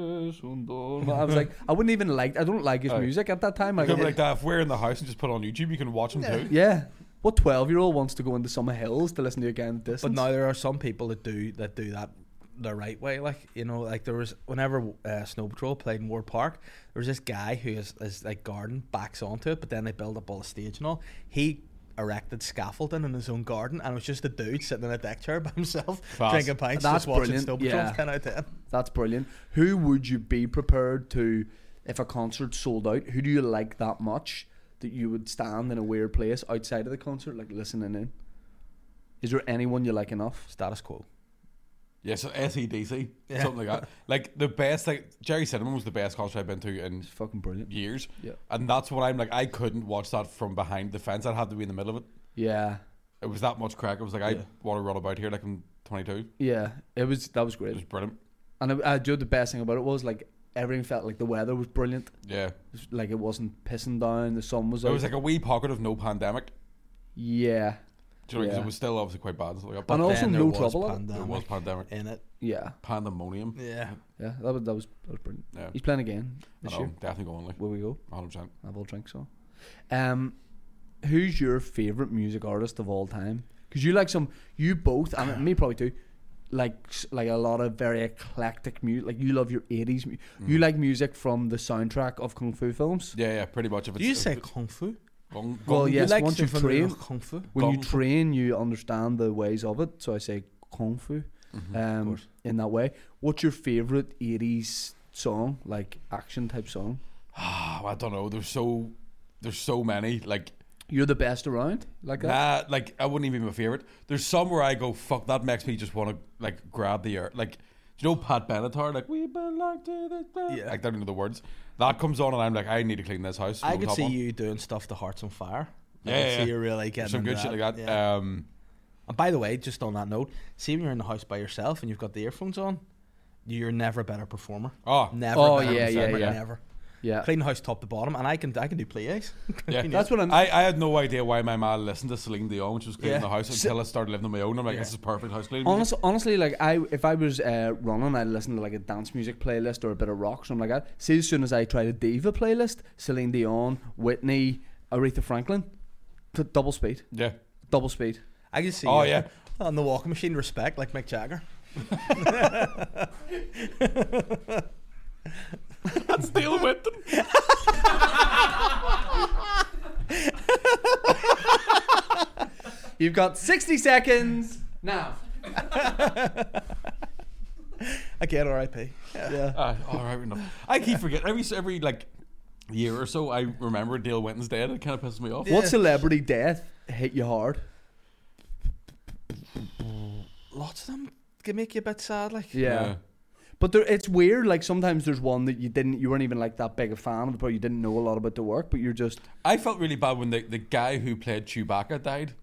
Speaker 1: I was like, I wouldn't even like. I don't like his
Speaker 2: Aye.
Speaker 1: music at that time.
Speaker 2: I
Speaker 1: Like,
Speaker 2: could be like that. If we're in the house and just put it on YouTube, you can watch them too.
Speaker 1: yeah, what twelve-year-old wants to go into summer hills to listen to again? Distance.
Speaker 3: But now there are some people that do that do that the right way. Like you know, like there was whenever uh, Snow Patrol played in Ward Park, there was this guy who is, is like garden backs onto it, but then they build up all the stage and all. He erected scaffolding in his own garden, and it was just a dude sitting in a deck chair by himself,
Speaker 2: Class.
Speaker 3: drinking pints,
Speaker 1: That's
Speaker 3: just watching
Speaker 1: brilliant,
Speaker 3: Snow Patrol.
Speaker 1: yeah.
Speaker 3: Ten out of ten.
Speaker 1: That's brilliant. Who would you be prepared to, if a concert sold out, who do you like that much that you would stand in a weird place outside of the concert, like listening in? Is there anyone you like enough?
Speaker 3: Status quo.
Speaker 2: Yeah, so SEDC, something like that. Like the best, like Jerry Cinnamon was the best concert I've been to in
Speaker 1: It's fucking brilliant.
Speaker 2: years.
Speaker 1: Yeah.
Speaker 2: And that's what I'm like. I couldn't watch that from behind the fence. I'd have to be in the middle of it.
Speaker 1: Yeah.
Speaker 2: It was that much crack. I was like, I want to run about here like I'm 22.
Speaker 1: Yeah. It was, that was
Speaker 2: It
Speaker 1: great.
Speaker 2: was brilliant.
Speaker 1: And I, I do the best thing about it was like, everything felt like the weather was brilliant.
Speaker 2: Yeah.
Speaker 1: It was like it wasn't pissing down, the sun was
Speaker 2: It
Speaker 1: out.
Speaker 2: was like a wee pocket of no pandemic.
Speaker 1: yeah.
Speaker 2: Do you know, because
Speaker 1: Yeah.
Speaker 2: it was still obviously quite bad. and stuff like that,
Speaker 1: And
Speaker 2: but
Speaker 1: also
Speaker 3: Then there
Speaker 1: no
Speaker 3: was
Speaker 1: trouble at it.
Speaker 2: there
Speaker 3: pandemic
Speaker 2: was pandemic.
Speaker 3: in it.
Speaker 1: Yeah.
Speaker 2: Pandemonium.
Speaker 3: Yeah.
Speaker 1: Yeah. That was, that was, that was brilliant.
Speaker 2: Yeah.
Speaker 1: He's playing again this
Speaker 2: I know,
Speaker 1: year.
Speaker 2: definitely going like
Speaker 1: Will we go?
Speaker 2: 100%.
Speaker 1: I've all drinks on. Um, who's your favorite music artist of all time? Because you like some, you both, and me probably too, like s- like a lot of very eclectic music. Like you love your eighties. Mu-
Speaker 2: Mm.
Speaker 1: You like music from the soundtrack of kung fu films.
Speaker 2: Yeah, yeah, pretty much. If it's,
Speaker 3: Do you
Speaker 2: if
Speaker 3: say
Speaker 2: it's
Speaker 3: kung fu?
Speaker 2: gong- gong-
Speaker 1: Well, yes.
Speaker 3: you like
Speaker 1: once you
Speaker 3: Symphony
Speaker 1: train,
Speaker 3: of kung fu?
Speaker 1: when you
Speaker 2: Kung fu.
Speaker 1: train, you understand the ways of it. So I say kung fu.
Speaker 2: Mm-hmm,
Speaker 1: Um,
Speaker 3: course.
Speaker 1: in that way, what's your favorite eighties song? Like action type song.
Speaker 2: Ah, I don't know. There's so, there's so many. Like,
Speaker 1: You're the best around. Like that.
Speaker 2: Nah, like I wouldn't even be my favorite. There's some where I go, fuck, that makes me just want to like grab the air. Like, do you know Pat Benatar? Like, we belong to the band.
Speaker 3: Yeah.
Speaker 2: Like, I don't know the words. That comes on and I'm like, I need to clean this house.
Speaker 3: I
Speaker 2: from
Speaker 3: could
Speaker 2: top
Speaker 3: see
Speaker 2: on.
Speaker 3: you doing stuff to Hearts on Fire. I
Speaker 2: Yeah,
Speaker 3: could
Speaker 2: yeah,
Speaker 3: see
Speaker 2: yeah.
Speaker 3: you really getting
Speaker 2: Some good
Speaker 3: into
Speaker 2: shit like that.
Speaker 3: Yeah.
Speaker 2: Um,
Speaker 3: And by the way, just on that note, see when you're in the house by yourself and you've got the earphones on, you're never a better performer.
Speaker 2: oh,
Speaker 3: Never.
Speaker 1: Oh,
Speaker 3: a better
Speaker 1: yeah, yeah,
Speaker 3: performer,
Speaker 1: yeah.
Speaker 3: Never.
Speaker 1: Yeah.
Speaker 3: Clean the house top to bottom, and I can I can do plies.
Speaker 2: yeah.
Speaker 1: That's what I'm.
Speaker 2: I, I had no idea why my ma listened to Celine Dion, which was cleaning
Speaker 3: Yeah.
Speaker 2: the house until I started living on my own. I'm like, this is perfect house cleaning.
Speaker 1: Honestly, honestly, like I, if I was uh, running, I'd listen to like a dance music playlist or a bit of rock, something like that. See, as soon as I tried a diva playlist, Celine Dion, Whitney, Aretha Franklin, to double speed,
Speaker 2: yeah.
Speaker 1: double speed.
Speaker 3: I can see.
Speaker 2: Oh,
Speaker 3: you
Speaker 2: yeah.
Speaker 3: On the walking machine, respect like Mick Jagger.
Speaker 2: Deal with them.
Speaker 1: You've got sixty seconds now.
Speaker 3: Again, R.I.P. Yeah.
Speaker 2: Uh, all right, enough. I keep forgetting every every like year or so. I remember Dale Winton's dead. It kind of pisses me off.
Speaker 1: What celebrity death hit you hard?
Speaker 3: Lots of them can make you a bit sad. Like
Speaker 1: Yeah. But there, it's weird. Like sometimes there's one that you didn't, you weren't even like that big a fan of, but you didn't know a lot about the work, but you're just
Speaker 2: I felt really bad when the, the guy who played Chewbacca died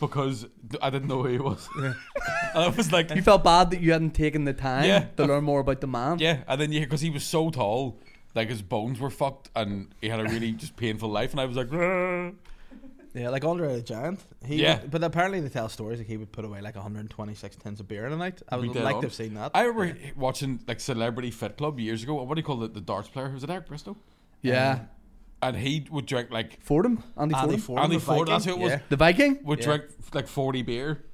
Speaker 2: because th- I didn't know who he was. and I was like,
Speaker 1: you felt bad that you hadn't taken the time
Speaker 2: Yeah.
Speaker 1: to learn more about the man.
Speaker 2: yeah. And then you because he was so tall, like his bones were fucked, and he had a really just painful life. And I was like, "Ah." "Rrrr."
Speaker 3: Yeah, like Andre the Giant. He
Speaker 2: Yeah.
Speaker 3: would- but apparently they tell stories like he would put away like 126 tins of beer in a night. I
Speaker 2: Be
Speaker 3: would
Speaker 2: dead
Speaker 3: like
Speaker 2: on.
Speaker 3: to have seen that.
Speaker 2: I remember he- watching like Celebrity Fit Club years ago. What do you call it? The darts player was it Eric Bristow?
Speaker 1: Yeah.
Speaker 2: and he would drink like
Speaker 1: Uh, Fordham, Andy,
Speaker 3: Andy
Speaker 1: Fordham,
Speaker 3: Fordham,
Speaker 2: Andy
Speaker 3: the
Speaker 2: Ford. That's who
Speaker 3: Viking.
Speaker 2: it was.
Speaker 3: Yeah.
Speaker 1: the Viking.
Speaker 2: Would
Speaker 3: Yeah. Mm-hmm.
Speaker 2: drink like forty beer,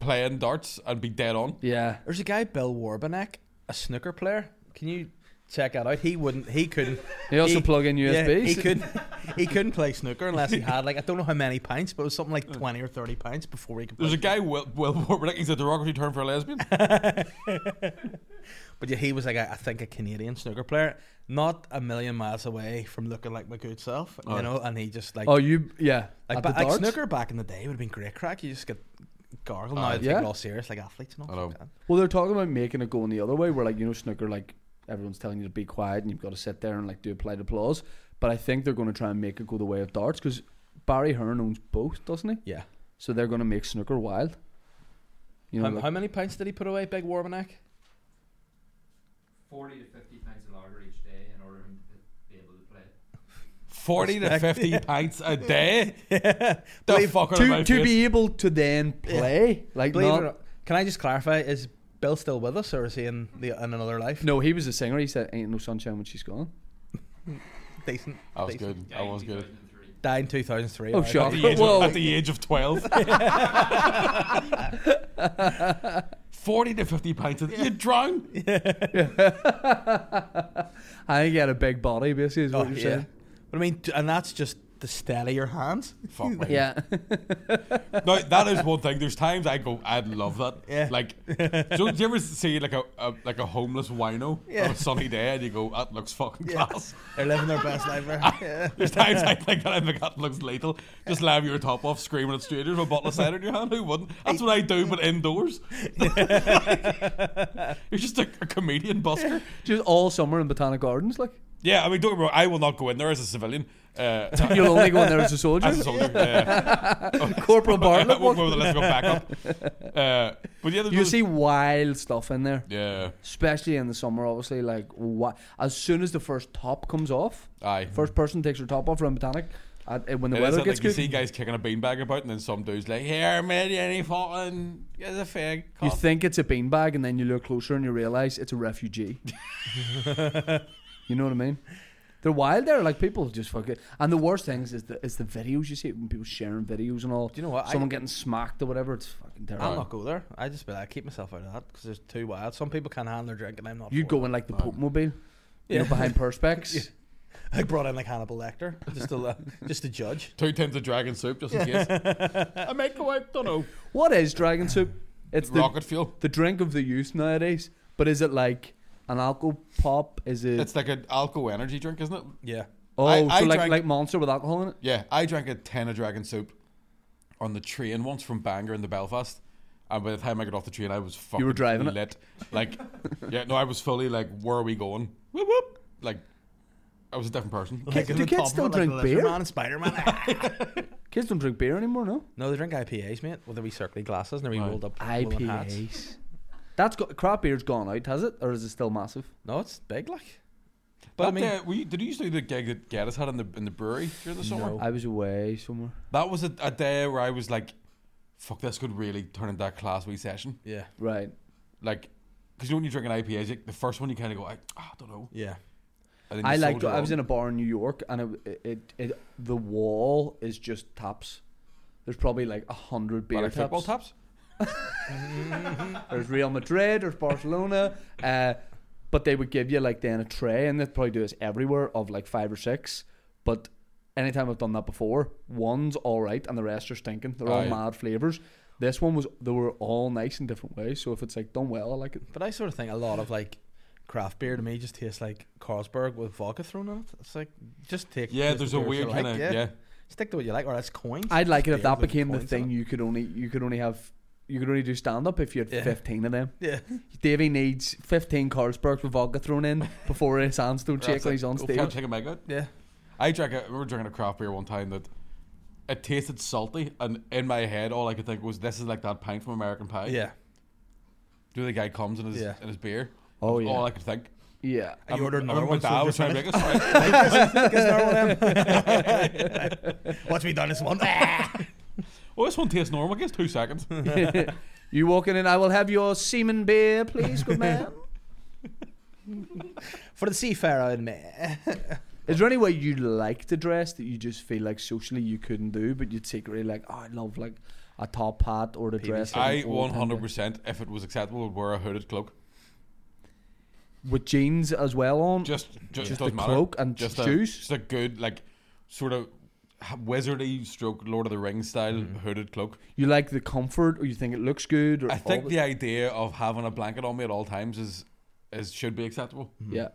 Speaker 2: playing darts, and be dead on.
Speaker 1: Yeah,
Speaker 3: There's a guy, Bill Warbenek, a snooker player. Can you check that out? He wouldn't. He couldn't.
Speaker 1: They also plug in
Speaker 3: yeah,
Speaker 1: USBs.
Speaker 3: he couldn't. He couldn't play snooker unless he had like I don't know how many pints, but it was something like twenty or thirty pints before he could. Play
Speaker 2: There's a guy, Will, Will Warburton, he's a derogatory term for a lesbian.
Speaker 3: But yeah, he was like, a, I think, a Canadian snooker player, not a million miles away from looking like my good self,
Speaker 2: Oh.
Speaker 3: you know. And he just like,
Speaker 1: Oh, you yeah.
Speaker 3: like,
Speaker 1: at
Speaker 3: ba-
Speaker 1: the
Speaker 3: like
Speaker 1: darts?
Speaker 3: snooker back in the day would have been great crack. You just get gargled now.
Speaker 2: Aye.
Speaker 3: I think
Speaker 1: Yeah.
Speaker 3: we're all serious, like athletes and all.
Speaker 2: I know.
Speaker 3: fuck that.
Speaker 1: Well, they're talking about making it going the other way, where like you know snooker, like everyone's telling you to be quiet and you've got to sit there and like do polite applause. But I think they're going to try and make it go the way of darts because Barry Hearn owns both, doesn't he?
Speaker 3: Yeah.
Speaker 1: So they're going to make snooker wild. You know,
Speaker 3: how,
Speaker 1: like-
Speaker 3: how many pints did he put away, Big Warmanek?
Speaker 5: 40 to 50 pints of lager each day in order him to be able to play.
Speaker 2: 40 to
Speaker 3: Respect.
Speaker 2: 50 pints a day? The
Speaker 3: Believe-
Speaker 2: fucker
Speaker 1: to
Speaker 2: about
Speaker 1: to
Speaker 2: face.
Speaker 1: be able to then play like
Speaker 3: Believe
Speaker 1: not,
Speaker 3: it or not, can I just clarify? Is Bill still with us, or is he in the in another life?
Speaker 1: no, he was a singer. He said, "Ain't no sunshine when she's gone."
Speaker 3: Decent.
Speaker 2: That was
Speaker 3: decent.
Speaker 2: good. That was good.
Speaker 5: 2003.
Speaker 3: Died in two thousand three.
Speaker 1: Oh, shock.
Speaker 2: At the age of,
Speaker 1: Whoa.
Speaker 2: at the age of 12. 40 to 50 pints a day. You drown.
Speaker 1: I think he had a big body, basically. Is
Speaker 3: Oh,
Speaker 1: what you're
Speaker 3: yeah.
Speaker 1: saying.
Speaker 3: But I mean, d- and that's just the stead of your hands.
Speaker 2: Fuck me.
Speaker 1: Yeah.
Speaker 2: No, that is one thing. There's times I go, I'd love that.
Speaker 3: Yeah.
Speaker 2: Like, so do you ever see like a, a like a homeless wino on
Speaker 3: Yeah.
Speaker 2: a sunny day and you go, that looks fucking class.
Speaker 3: They're living their best life. There. Yeah.
Speaker 2: There's times I think that I think that looks lethal. Just lamb your top off, screaming at strangers with a bottle of cider in your hand. Who wouldn't? That's what I do, but indoors. You're just a, a comedian busker.
Speaker 1: Just all summer in Botanic Gardens, like
Speaker 2: Yeah, I mean, don't get me wrong. I will not go in there as a civilian. Uh,
Speaker 1: you'll only go in there as a soldier.
Speaker 2: as a soldier. Yeah.
Speaker 1: Corporal Bartlett.
Speaker 2: we'll
Speaker 1: walked
Speaker 2: go with it. Let's go back up. Uh, but yeah,
Speaker 1: You see wild stuff in there,
Speaker 2: Yeah,
Speaker 1: especially in the summer. Obviously, like wha- as soon as the first top comes off,
Speaker 2: aye.
Speaker 1: first person takes their top off from Botanic, at, uh, when the
Speaker 2: It is
Speaker 1: weather
Speaker 2: that,
Speaker 1: gets
Speaker 2: like, you
Speaker 1: good,
Speaker 2: see
Speaker 1: you,
Speaker 2: guys kicking a beanbag about, and then some dude's like, "Here, mate, any fucking is a fag." cock."
Speaker 1: think it's a beanbag, and then you look closer and you realize it's a refugee. you know what I mean? They're wild there, like people just fuck it. And the worst things is the is the videos you see when people sharing videos and all.
Speaker 3: Do you know what? I-
Speaker 1: Someone getting smacked or whatever. It's fucking
Speaker 3: I'll
Speaker 1: terrible.
Speaker 3: not go there. I just be like, keep myself out of that because it's too wild. Some people can't handle their drink, and I'm not.
Speaker 1: You
Speaker 3: for
Speaker 1: go
Speaker 3: it.
Speaker 1: in like the
Speaker 2: Right.
Speaker 1: Pope Mobile, you know,
Speaker 3: Yeah.
Speaker 1: behind perspex.
Speaker 3: Yeah. I brought in like Hannibal Lecter just to uh, just to judge.
Speaker 2: Two tins of dragon soup, just in case. I might go out. Don't know.
Speaker 1: What is dragon soup? It's the
Speaker 2: Rocket fuel.
Speaker 1: the drink of the youth nowadays. But is it like an alcohol pop? Is it
Speaker 2: It's like an alcohol energy drink, isn't it?
Speaker 3: Yeah,
Speaker 1: oh,
Speaker 2: I- I
Speaker 1: so like
Speaker 2: drank-
Speaker 1: like monster with alcohol in it?
Speaker 2: Yeah, I drank a ten of dragon soup on the train once from Bangor into Belfast, and by the time I got off the train, I was fucking
Speaker 1: were driving it?
Speaker 2: lit. Like, yeah, no, I was fully like, where are we going? Whoop whoop. Like, I was a different person.
Speaker 1: Kids- do kids still drink beer?
Speaker 3: Man and Spider Man.
Speaker 1: Kids don't drink beer anymore, no.
Speaker 3: no, they drink IPAs, mate, with the wee circly glasses and the wee
Speaker 2: Right.
Speaker 3: rolled up woolen hats.
Speaker 1: IPAs. That's got crap beer's gone out, has it, or is it still massive?
Speaker 3: No, it's big, like.
Speaker 2: But
Speaker 3: But I mean,
Speaker 2: we, did you used to do the gig that Geddes had in the in the brewery during the summer?
Speaker 1: I was away somewhere.
Speaker 2: That was a, a day where I was like, "Fuck, this could really turn into a class wee session."
Speaker 3: yeah,
Speaker 1: Right.
Speaker 2: Like, because you know when you drink an IPA, you- the first one you kind of go, "I, ah, I don't know."
Speaker 3: yeah.
Speaker 2: And then
Speaker 1: I
Speaker 2: you
Speaker 1: like.
Speaker 2: soldier
Speaker 1: I was
Speaker 2: on.
Speaker 1: in a bar in New York, and it it, it the wall is just taps. There's probably like a hundred
Speaker 2: But
Speaker 1: beer
Speaker 2: like football
Speaker 1: taps.
Speaker 2: taps.
Speaker 1: There's Real Madrid, there's Barcelona. Uh, but they would give you like then a tray, and they'd probably do this everywhere of like five or six. But anytime I've done that before, one's all right, and the rest are stinking. They're all
Speaker 2: Aye.
Speaker 1: mad flavors. This one was they were all nice in different ways. So if it's like done well, I like it.
Speaker 3: But I sort of think a lot of like craft beer to me just tastes like Carlsberg with vodka thrown in it. It's like just take.
Speaker 2: Yeah,
Speaker 3: just
Speaker 2: there's
Speaker 3: the
Speaker 2: a
Speaker 3: beers you
Speaker 2: weird kind of
Speaker 3: like,
Speaker 2: yeah.
Speaker 3: Stick to what you like, or that's coins.
Speaker 1: I'd like it if
Speaker 3: Beers
Speaker 1: that
Speaker 3: with
Speaker 1: became the
Speaker 3: coins in
Speaker 1: thing
Speaker 3: it.
Speaker 1: you could only you could only have you could only do stand up if you had
Speaker 3: Yeah.
Speaker 1: fifteen of them.
Speaker 3: Yeah.
Speaker 1: Davey needs fifteen Carlsbergs with vodka thrown in before his hands don't shake
Speaker 2: That's
Speaker 1: when
Speaker 2: it.
Speaker 1: he's on
Speaker 2: Go for it,
Speaker 1: stage.
Speaker 2: Take a mic out.
Speaker 3: Yeah.
Speaker 2: I drank. A, I remember drinking a craft beer one time that it tasted salty, and in my head, all I could think was, "This is like that pint from American Pie."
Speaker 3: Yeah.
Speaker 2: Do the guy comes in his
Speaker 3: Yeah.
Speaker 2: in his beer?
Speaker 1: Oh, yeah.
Speaker 2: All I could think.
Speaker 1: Yeah.
Speaker 3: And
Speaker 2: I'm-
Speaker 3: you ordered
Speaker 2: I
Speaker 3: another
Speaker 2: remember
Speaker 3: one.
Speaker 2: My dad
Speaker 3: so
Speaker 2: was trying to
Speaker 3: you're
Speaker 2: make us. Right?
Speaker 3: What's we done this one?
Speaker 2: Oh, this one tastes normal. Gives two seconds.
Speaker 1: you walking in, I will have your semen beer, please, good man.
Speaker 3: For the seafarer in me.
Speaker 1: Is there any way you like to dress that you just feel like socially you couldn't do, but you'd secretly like, oh, I love like a top hat or the dress. that
Speaker 2: I
Speaker 1: I'm all
Speaker 2: one
Speaker 1: the time
Speaker 2: hundred
Speaker 1: with."
Speaker 2: percent, if it was acceptable, would wear a hooded cloak.
Speaker 1: with jeans as well on.
Speaker 2: Just, just,
Speaker 1: Just
Speaker 2: doesn't
Speaker 1: a
Speaker 2: matter.
Speaker 1: cloak and
Speaker 2: just
Speaker 1: shoes?
Speaker 2: A, just a good like sort of ha- wizardy stroke Lord of the Rings style
Speaker 1: Mm-hmm.
Speaker 2: hooded cloak.
Speaker 1: you like the comfort, or you think it looks good, or
Speaker 2: I
Speaker 1: all
Speaker 2: think
Speaker 1: the-
Speaker 2: the idea of having a blanket on me at all times is is should be acceptable.
Speaker 1: yeah.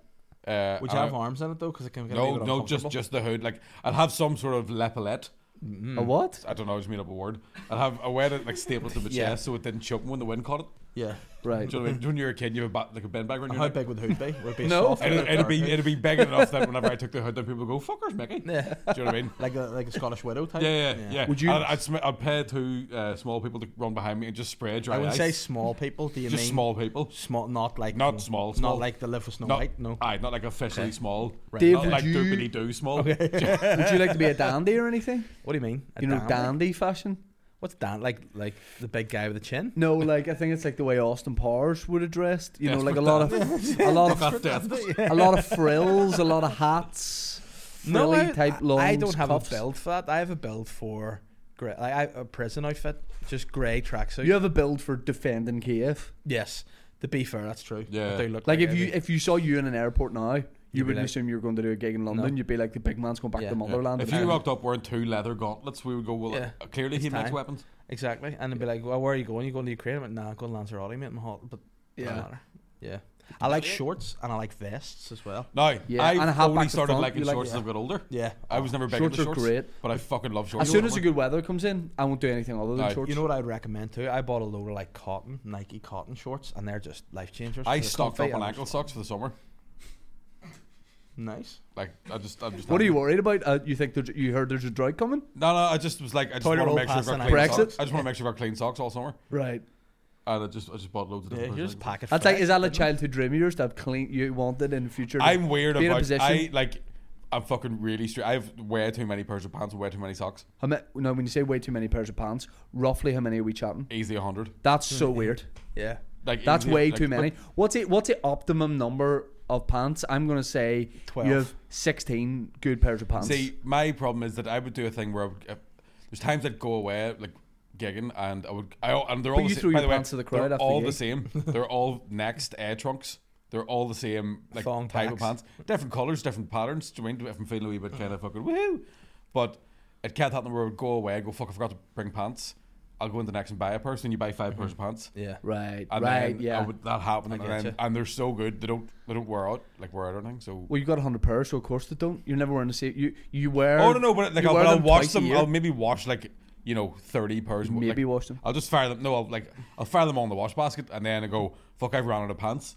Speaker 2: Uh,
Speaker 3: Would
Speaker 2: I-
Speaker 3: you have arms in it though? Because it can get a
Speaker 2: No,
Speaker 3: wee bit
Speaker 2: no, just
Speaker 3: uncomfortable.
Speaker 2: just the hood. Like I'd have some sort of lapelette. Mm-hmm.
Speaker 3: Mm.
Speaker 1: A what?
Speaker 2: I don't know, I just made up a word. I'd have I wear it like stapled to my
Speaker 3: Yeah.
Speaker 2: chest so it didn't choke me when the wind caught it.
Speaker 3: yeah.
Speaker 1: Right.
Speaker 2: Do you know what I mean? When you're a kid, you have a ba- like a bend bag around
Speaker 3: And
Speaker 2: your
Speaker 3: how
Speaker 2: neck.
Speaker 3: big would the hood be? eh? Would it be
Speaker 1: No.
Speaker 3: soft?
Speaker 2: It'd,
Speaker 3: or
Speaker 2: it'd be
Speaker 3: dark?
Speaker 2: it'd be big enough that whenever I took the hood down, people would go "fuckers, Mickey." Do
Speaker 3: yeah.
Speaker 2: you know what I mean?
Speaker 3: like a like a Scottish widow type.
Speaker 2: Yeah, yeah, yeah.
Speaker 1: Would you-
Speaker 2: I'd, I'd, sm- I'd pay two uh, small people to run behind me and just spray dry
Speaker 3: I would
Speaker 2: ice.
Speaker 3: say small people. Do you
Speaker 2: just
Speaker 3: mean
Speaker 2: small people.
Speaker 3: small? Not like
Speaker 2: Not small, small.
Speaker 3: Not like the live with Snow
Speaker 2: Not-
Speaker 3: White. No.
Speaker 2: Aye, not like officially small.
Speaker 3: Right.
Speaker 1: Dave,
Speaker 2: Not
Speaker 1: would
Speaker 2: like
Speaker 1: you-
Speaker 2: doopity do small.
Speaker 1: Would you like to be a dandy or anything?
Speaker 3: What do you mean? A
Speaker 1: you know,
Speaker 3: Dan?
Speaker 1: dandy fashion.
Speaker 3: What's Dan? Like like the big guy with the chin?
Speaker 1: No, like I think it's like the way Austin Powers would have dressed. You
Speaker 2: Yes,
Speaker 1: know, like a
Speaker 2: but
Speaker 1: lot of a lot of
Speaker 2: Fuck off, Dave.
Speaker 1: a lot of frills, a lot of hats, frilly
Speaker 3: I,
Speaker 1: type
Speaker 3: I-
Speaker 1: longs,
Speaker 3: I don't have
Speaker 1: cuffs.
Speaker 3: a build for that. I have a build for grey, like I, a prison outfit, just grey tracksuit.
Speaker 1: You have a build for defending Kiev.
Speaker 3: Yes, to be fair, that's true.
Speaker 2: Yeah.
Speaker 3: I do look
Speaker 1: Like
Speaker 3: like,
Speaker 1: if you
Speaker 3: every-
Speaker 1: if you saw you in an airport now,
Speaker 3: be
Speaker 1: you wouldn't
Speaker 3: like-
Speaker 1: assume you were going to do a gig in London.
Speaker 3: No.
Speaker 1: You'd be like, the big man's going back
Speaker 3: Yeah.
Speaker 1: to
Speaker 3: Yeah.
Speaker 1: motherland.
Speaker 2: If you rocked up wearing two leather gauntlets, we would go, well,
Speaker 3: Yeah.
Speaker 2: uh, clearly he
Speaker 3: It's
Speaker 2: makes
Speaker 3: time.
Speaker 2: weapons.
Speaker 3: exactly, and I'd be like, well, where are you going? You going to Ukraine? I'm like, nah, I'm going to Lanzarote, mate. My hot, but yeah,
Speaker 1: Yeah.
Speaker 3: matter. yeah. I like shorts and I like vests as well.
Speaker 2: No,
Speaker 1: Yeah, and a hat
Speaker 2: I've
Speaker 1: back
Speaker 2: only
Speaker 1: to
Speaker 2: started
Speaker 1: front,
Speaker 2: liking
Speaker 1: you like-
Speaker 2: shorts as I've got older.
Speaker 3: Yeah,
Speaker 2: I was never big
Speaker 1: Shorts
Speaker 2: into
Speaker 1: are
Speaker 2: shorts,
Speaker 1: great.
Speaker 2: but I fucking love shorts.
Speaker 1: As soon as the good weather comes in, I won't do anything other than
Speaker 2: Aye.
Speaker 1: shorts.
Speaker 3: You know what I'd recommend too? I bought a load of like cotton, Nike cotton shorts, and they're just life changers.
Speaker 2: I
Speaker 3: They're
Speaker 2: stocked
Speaker 3: comfy
Speaker 2: up on
Speaker 3: and
Speaker 2: ankle socks for the summer.
Speaker 3: Nice.
Speaker 2: Like I just, I'm just.
Speaker 1: what are you worried about? Uh, you think there's, you heard there's a drought coming?
Speaker 2: No, no. I just was like, I just
Speaker 3: Toilet
Speaker 2: want to
Speaker 3: roll
Speaker 2: make sure I've
Speaker 3: past
Speaker 2: got
Speaker 3: and
Speaker 2: clean
Speaker 1: ankle
Speaker 2: socks.
Speaker 1: socks.
Speaker 2: I just want to make sure I've got clean socks all summer,
Speaker 1: Right.
Speaker 2: and I just, I just bought loads of
Speaker 3: Yeah,
Speaker 2: different.
Speaker 3: you
Speaker 2: pairs
Speaker 3: just
Speaker 2: of
Speaker 3: pack it.
Speaker 1: That's like, is that a
Speaker 3: fresh,
Speaker 1: childhood dream of yours to have clean you wanted in the future? to
Speaker 2: I'm weird
Speaker 1: be in a
Speaker 2: about. I
Speaker 1: position-
Speaker 2: like. I'm fucking really straight. I have way too many pairs of pants and way too many socks.
Speaker 1: How ma- no, when you say way too many pairs of pants, roughly how many are we chatting?
Speaker 2: Easy hundred.
Speaker 1: That's so
Speaker 3: Hmm.
Speaker 1: weird.
Speaker 3: Yeah.
Speaker 2: Like
Speaker 1: That's
Speaker 2: easy-
Speaker 1: way
Speaker 2: like,
Speaker 1: too
Speaker 2: but
Speaker 1: many. What's it? What's the optimum number of pants? I'm gonna say
Speaker 3: 12.
Speaker 1: you have 16 good pairs of pants.
Speaker 2: See, my problem is that I would do a thing where I would, if, there's times I'd go away like gigging, and I would, I al- and they're
Speaker 1: But
Speaker 2: all
Speaker 1: you
Speaker 2: the same.
Speaker 1: threw
Speaker 2: by
Speaker 1: your
Speaker 2: the way,
Speaker 1: pants to the crowd
Speaker 2: They're
Speaker 1: after
Speaker 2: all
Speaker 1: the
Speaker 2: the
Speaker 1: gig.
Speaker 2: same. They're all next air trunks. They're all the same, like
Speaker 3: Thong
Speaker 2: type of
Speaker 3: packs.
Speaker 2: pants, different colors, different patterns. Do you mean if I'm feeling a wee bit kind of fucking woohoo? But it kept happening where I would go away, I go fuck, I forgot to bring pants. I'll go in the next and buy a purse, and you buy 5 pairs of pants.
Speaker 3: Yeah.
Speaker 1: Right.
Speaker 2: And
Speaker 1: right.
Speaker 2: then
Speaker 1: Yeah.
Speaker 2: I would, that happened,
Speaker 3: Mm-hmm. I
Speaker 2: and,
Speaker 3: getcha.
Speaker 2: then, and they're so good they don't they don't wear out like wear out or anything. So
Speaker 1: Well, you got 100 pairs, so of course they don't. You're never wearing the same. You you wear.
Speaker 2: Oh no, no, but like
Speaker 1: you
Speaker 2: I'll,
Speaker 1: wear
Speaker 2: but I'll wash
Speaker 1: twice a
Speaker 2: them.
Speaker 1: year.
Speaker 2: I'll maybe wash like you know thirty pairs. like,
Speaker 1: Maybe wash them.
Speaker 2: I'll just fire them. No, I'll like I'll fire them all in the wash basket, and then I go fuck. I've run out of pants,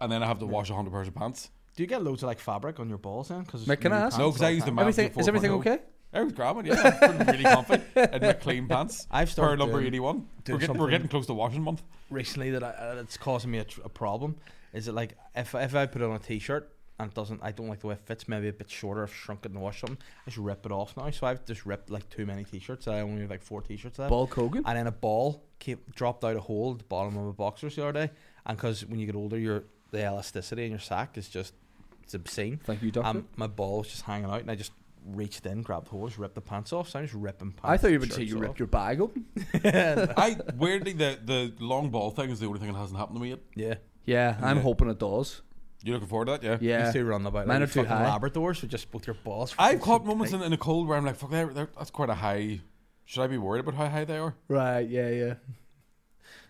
Speaker 2: and then I have to wash hundred pairs of pants.
Speaker 3: Do you get loads of like fabric on your balls then? Because
Speaker 1: Mate, can I ask?
Speaker 2: No, because I use the Matthew
Speaker 1: Everything is everything
Speaker 2: 4.0.
Speaker 1: okay?
Speaker 2: Everything's grabbing, yeah. I'm feeling really comfy in my clean pants.
Speaker 3: I've
Speaker 2: Pair
Speaker 3: started
Speaker 2: number
Speaker 3: doing-
Speaker 2: eighty-one.
Speaker 3: doing
Speaker 2: We're getting, we're
Speaker 3: something-
Speaker 2: getting close to washing month.
Speaker 3: recently that I, uh, it's causing me a, tr- a problem. Is it like if if I put on a t-shirt and it doesn't, I don't like the way it fits. Maybe a bit shorter. I've shrunk it and washed something. I just rip it off now. So I've just ripped like too many t-shirts. I only have like four t-shirts left.
Speaker 1: Bulk Hogan.
Speaker 3: And then a ball came, dropped out a hole at the bottom of my boxers the other day. And because when you get older, your the elasticity in your sack is just it's obscene.
Speaker 1: Thank you, doctor.
Speaker 3: Um, my ball was just hanging out, and I just reached in, grabbed the hole, just ripped the pants off. So I'm just ripping pants.
Speaker 1: I thought you
Speaker 3: and
Speaker 1: would say
Speaker 3: shirts
Speaker 1: you
Speaker 3: off.
Speaker 1: ripped your bag open.
Speaker 2: I weirdly the the long ball thing is the only thing that hasn't happened to me yet.
Speaker 3: yeah.
Speaker 1: Yeah, I'm
Speaker 2: Yeah.
Speaker 1: hoping it does.
Speaker 2: You looking forward to that? Yeah.
Speaker 1: Yeah.
Speaker 3: These two run about
Speaker 1: Mine
Speaker 3: like
Speaker 1: are too
Speaker 3: fucking
Speaker 1: high.
Speaker 3: Labradors with just both your balls.
Speaker 2: I've
Speaker 3: fucking
Speaker 2: caught
Speaker 3: so
Speaker 2: moments
Speaker 3: tight.
Speaker 2: in, in the cold where I'm like, fuck, they're, they're, that's quite a high. Should I be worried about how high they are?
Speaker 1: Right. Yeah. Yeah.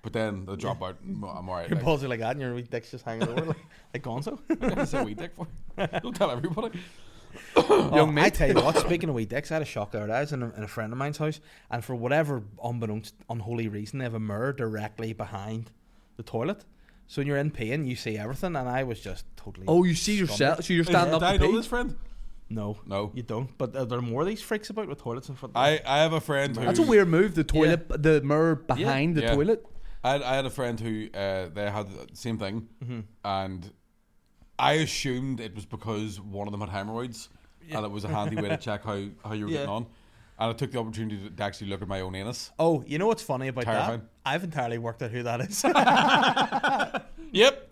Speaker 2: But then they drop out. I'm alright.
Speaker 3: your balls are like that, and your wee dick's just hanging over like, like Gonzo.
Speaker 2: That's a wee dick for. Don't tell everybody.
Speaker 3: Young mate. Oh, I tell you what, speaking of wee dicks, I had a shock the other day. I was in a, in a friend of mine's house, and for whatever unbeknownst, unholy reason, they have a mirror directly behind the toilet. So when you're in pain, you see everything, and I was just totally.
Speaker 1: Oh, you see yourself. So you're standing
Speaker 2: Did I
Speaker 1: up to
Speaker 2: know
Speaker 1: pee.
Speaker 2: this friend?
Speaker 3: No,
Speaker 2: No.
Speaker 3: you don't. But are there more of these freaks about with toilets in front? of
Speaker 2: I, I have a friend who
Speaker 1: That's a weird move. The toilet, the mirror behind the
Speaker 2: Yeah.
Speaker 1: toilet.
Speaker 2: I had, I had a friend who uh, they had the same thing, and I assumed it was because one of them had hemorrhoids, and it was a handy way to check how, how you were
Speaker 3: Yeah.
Speaker 2: getting on. And I took the opportunity to, to actually look at my own anus.
Speaker 3: Oh, you know what's funny about
Speaker 2: Terrifying.
Speaker 3: that? I've entirely worked out who that is.
Speaker 2: Yep.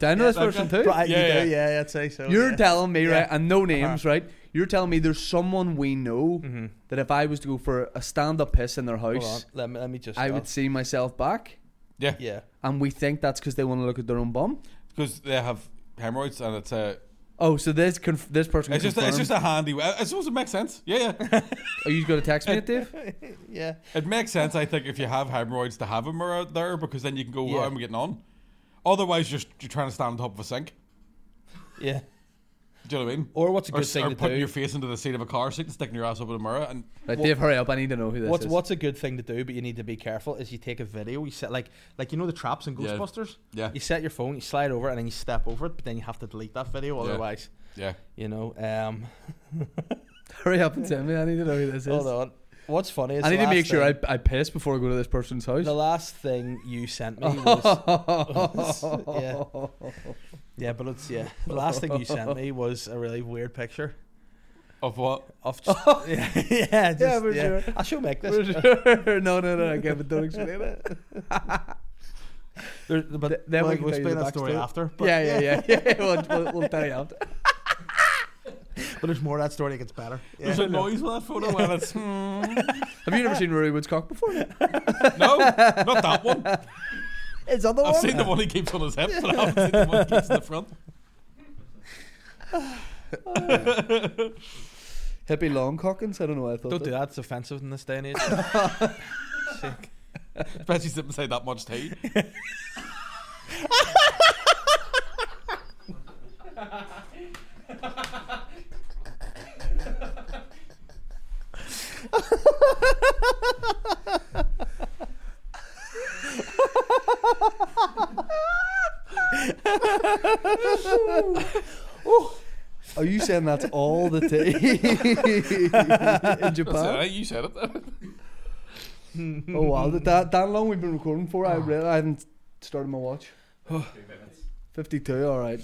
Speaker 1: Do I know
Speaker 3: Yeah,
Speaker 1: this person too?
Speaker 3: Right,
Speaker 2: Yeah,
Speaker 3: you
Speaker 2: yeah.
Speaker 3: do, yeah, yeah, I'd say so.
Speaker 1: You're
Speaker 3: yeah.
Speaker 1: telling me,
Speaker 3: Yeah. Uh-huh.
Speaker 1: right, and no names, right? You're telling me there's someone we know
Speaker 3: Mhm.
Speaker 1: that if I was to go for a stand up piss in their
Speaker 3: Hold
Speaker 1: house,
Speaker 3: on, let me let me just.
Speaker 1: I
Speaker 3: stop.
Speaker 1: would see myself back.
Speaker 2: Yeah.
Speaker 3: Yeah.
Speaker 1: And we think that's because they want to look at their own bum.
Speaker 2: Because they have hemorrhoids and it's a.
Speaker 1: Oh, so this conf- this person.
Speaker 2: It's just a, it's just a handy way. I suppose it makes sense. Yeah, yeah.
Speaker 1: Are Oh, you going to text me, it, Dave?
Speaker 3: Yeah.
Speaker 2: It makes sense, I think, if you have hemorrhoids to have them around there because then you can go,
Speaker 3: Yeah.
Speaker 2: how am I getting on? Otherwise, you're, you're trying to stand on top of a sink.
Speaker 3: Yeah.
Speaker 2: Do you know what I mean?
Speaker 3: Or what's a
Speaker 2: Or,
Speaker 3: good
Speaker 2: s-
Speaker 3: thing
Speaker 2: or
Speaker 3: to
Speaker 2: putting
Speaker 3: do?
Speaker 2: your face into the seat of a car seat and sticking your ass up in the mirror. And
Speaker 1: Right, Dave, hurry up! I need to know who this
Speaker 3: What's
Speaker 1: is.
Speaker 3: what's a good thing to do, but you need to be careful. Is you take a video, you set like like you know the traps in
Speaker 2: Yeah.
Speaker 3: Ghostbusters.
Speaker 2: yeah,
Speaker 3: You set your phone, you slide over, it, and then you step over it, but then you have to delete that video.
Speaker 2: Yeah.
Speaker 3: Otherwise,
Speaker 2: yeah.
Speaker 3: you know. Um,
Speaker 1: Hurry up and tell me. I need to know who this is.
Speaker 3: hold on. What's funny is
Speaker 1: I need
Speaker 3: the
Speaker 1: to make
Speaker 3: last
Speaker 1: sure I,
Speaker 3: thing-
Speaker 1: I piss before I go to this person's house.
Speaker 3: the last thing you sent me was yeah. yeah, but it's yeah. The last thing you sent me was a really weird picture
Speaker 2: Of what?
Speaker 3: of just, yeah, yeah, just,
Speaker 1: for
Speaker 3: yeah.
Speaker 1: sure.
Speaker 3: I should make
Speaker 1: For
Speaker 3: this.
Speaker 1: sure. No, no, no. I can't. But don't explain it.
Speaker 3: There- but
Speaker 1: Th- then we
Speaker 3: we'll
Speaker 1: can tell you
Speaker 3: explain
Speaker 1: the
Speaker 3: that story
Speaker 1: backstory.
Speaker 3: after. But,
Speaker 1: yeah, yeah, yeah, yeah. We'll, we'll, we'll tell you out.
Speaker 3: but there's more of that story. It gets better.
Speaker 2: There's a noise with that photo and it's. hmm.
Speaker 1: Have you never seen Rory Wood's cock before?
Speaker 2: No, not that one.
Speaker 1: It's other
Speaker 2: I've seen the one he keeps on his hip, but I haven't seen the one he keeps in the front.
Speaker 1: Hippie long cockins. I don't know. Why I thought.
Speaker 3: Don't
Speaker 1: that.
Speaker 3: do that. It's offensive in this day and age. Sick.
Speaker 2: Especially sitting beside that much tea.
Speaker 1: Are you saying that's all the tea in
Speaker 2: That's it,
Speaker 1: Japan?
Speaker 2: right? You said it.
Speaker 1: Oh wow, that, that that long we've been recording for. I really, I haven't started my watch. Fifty-two. All right.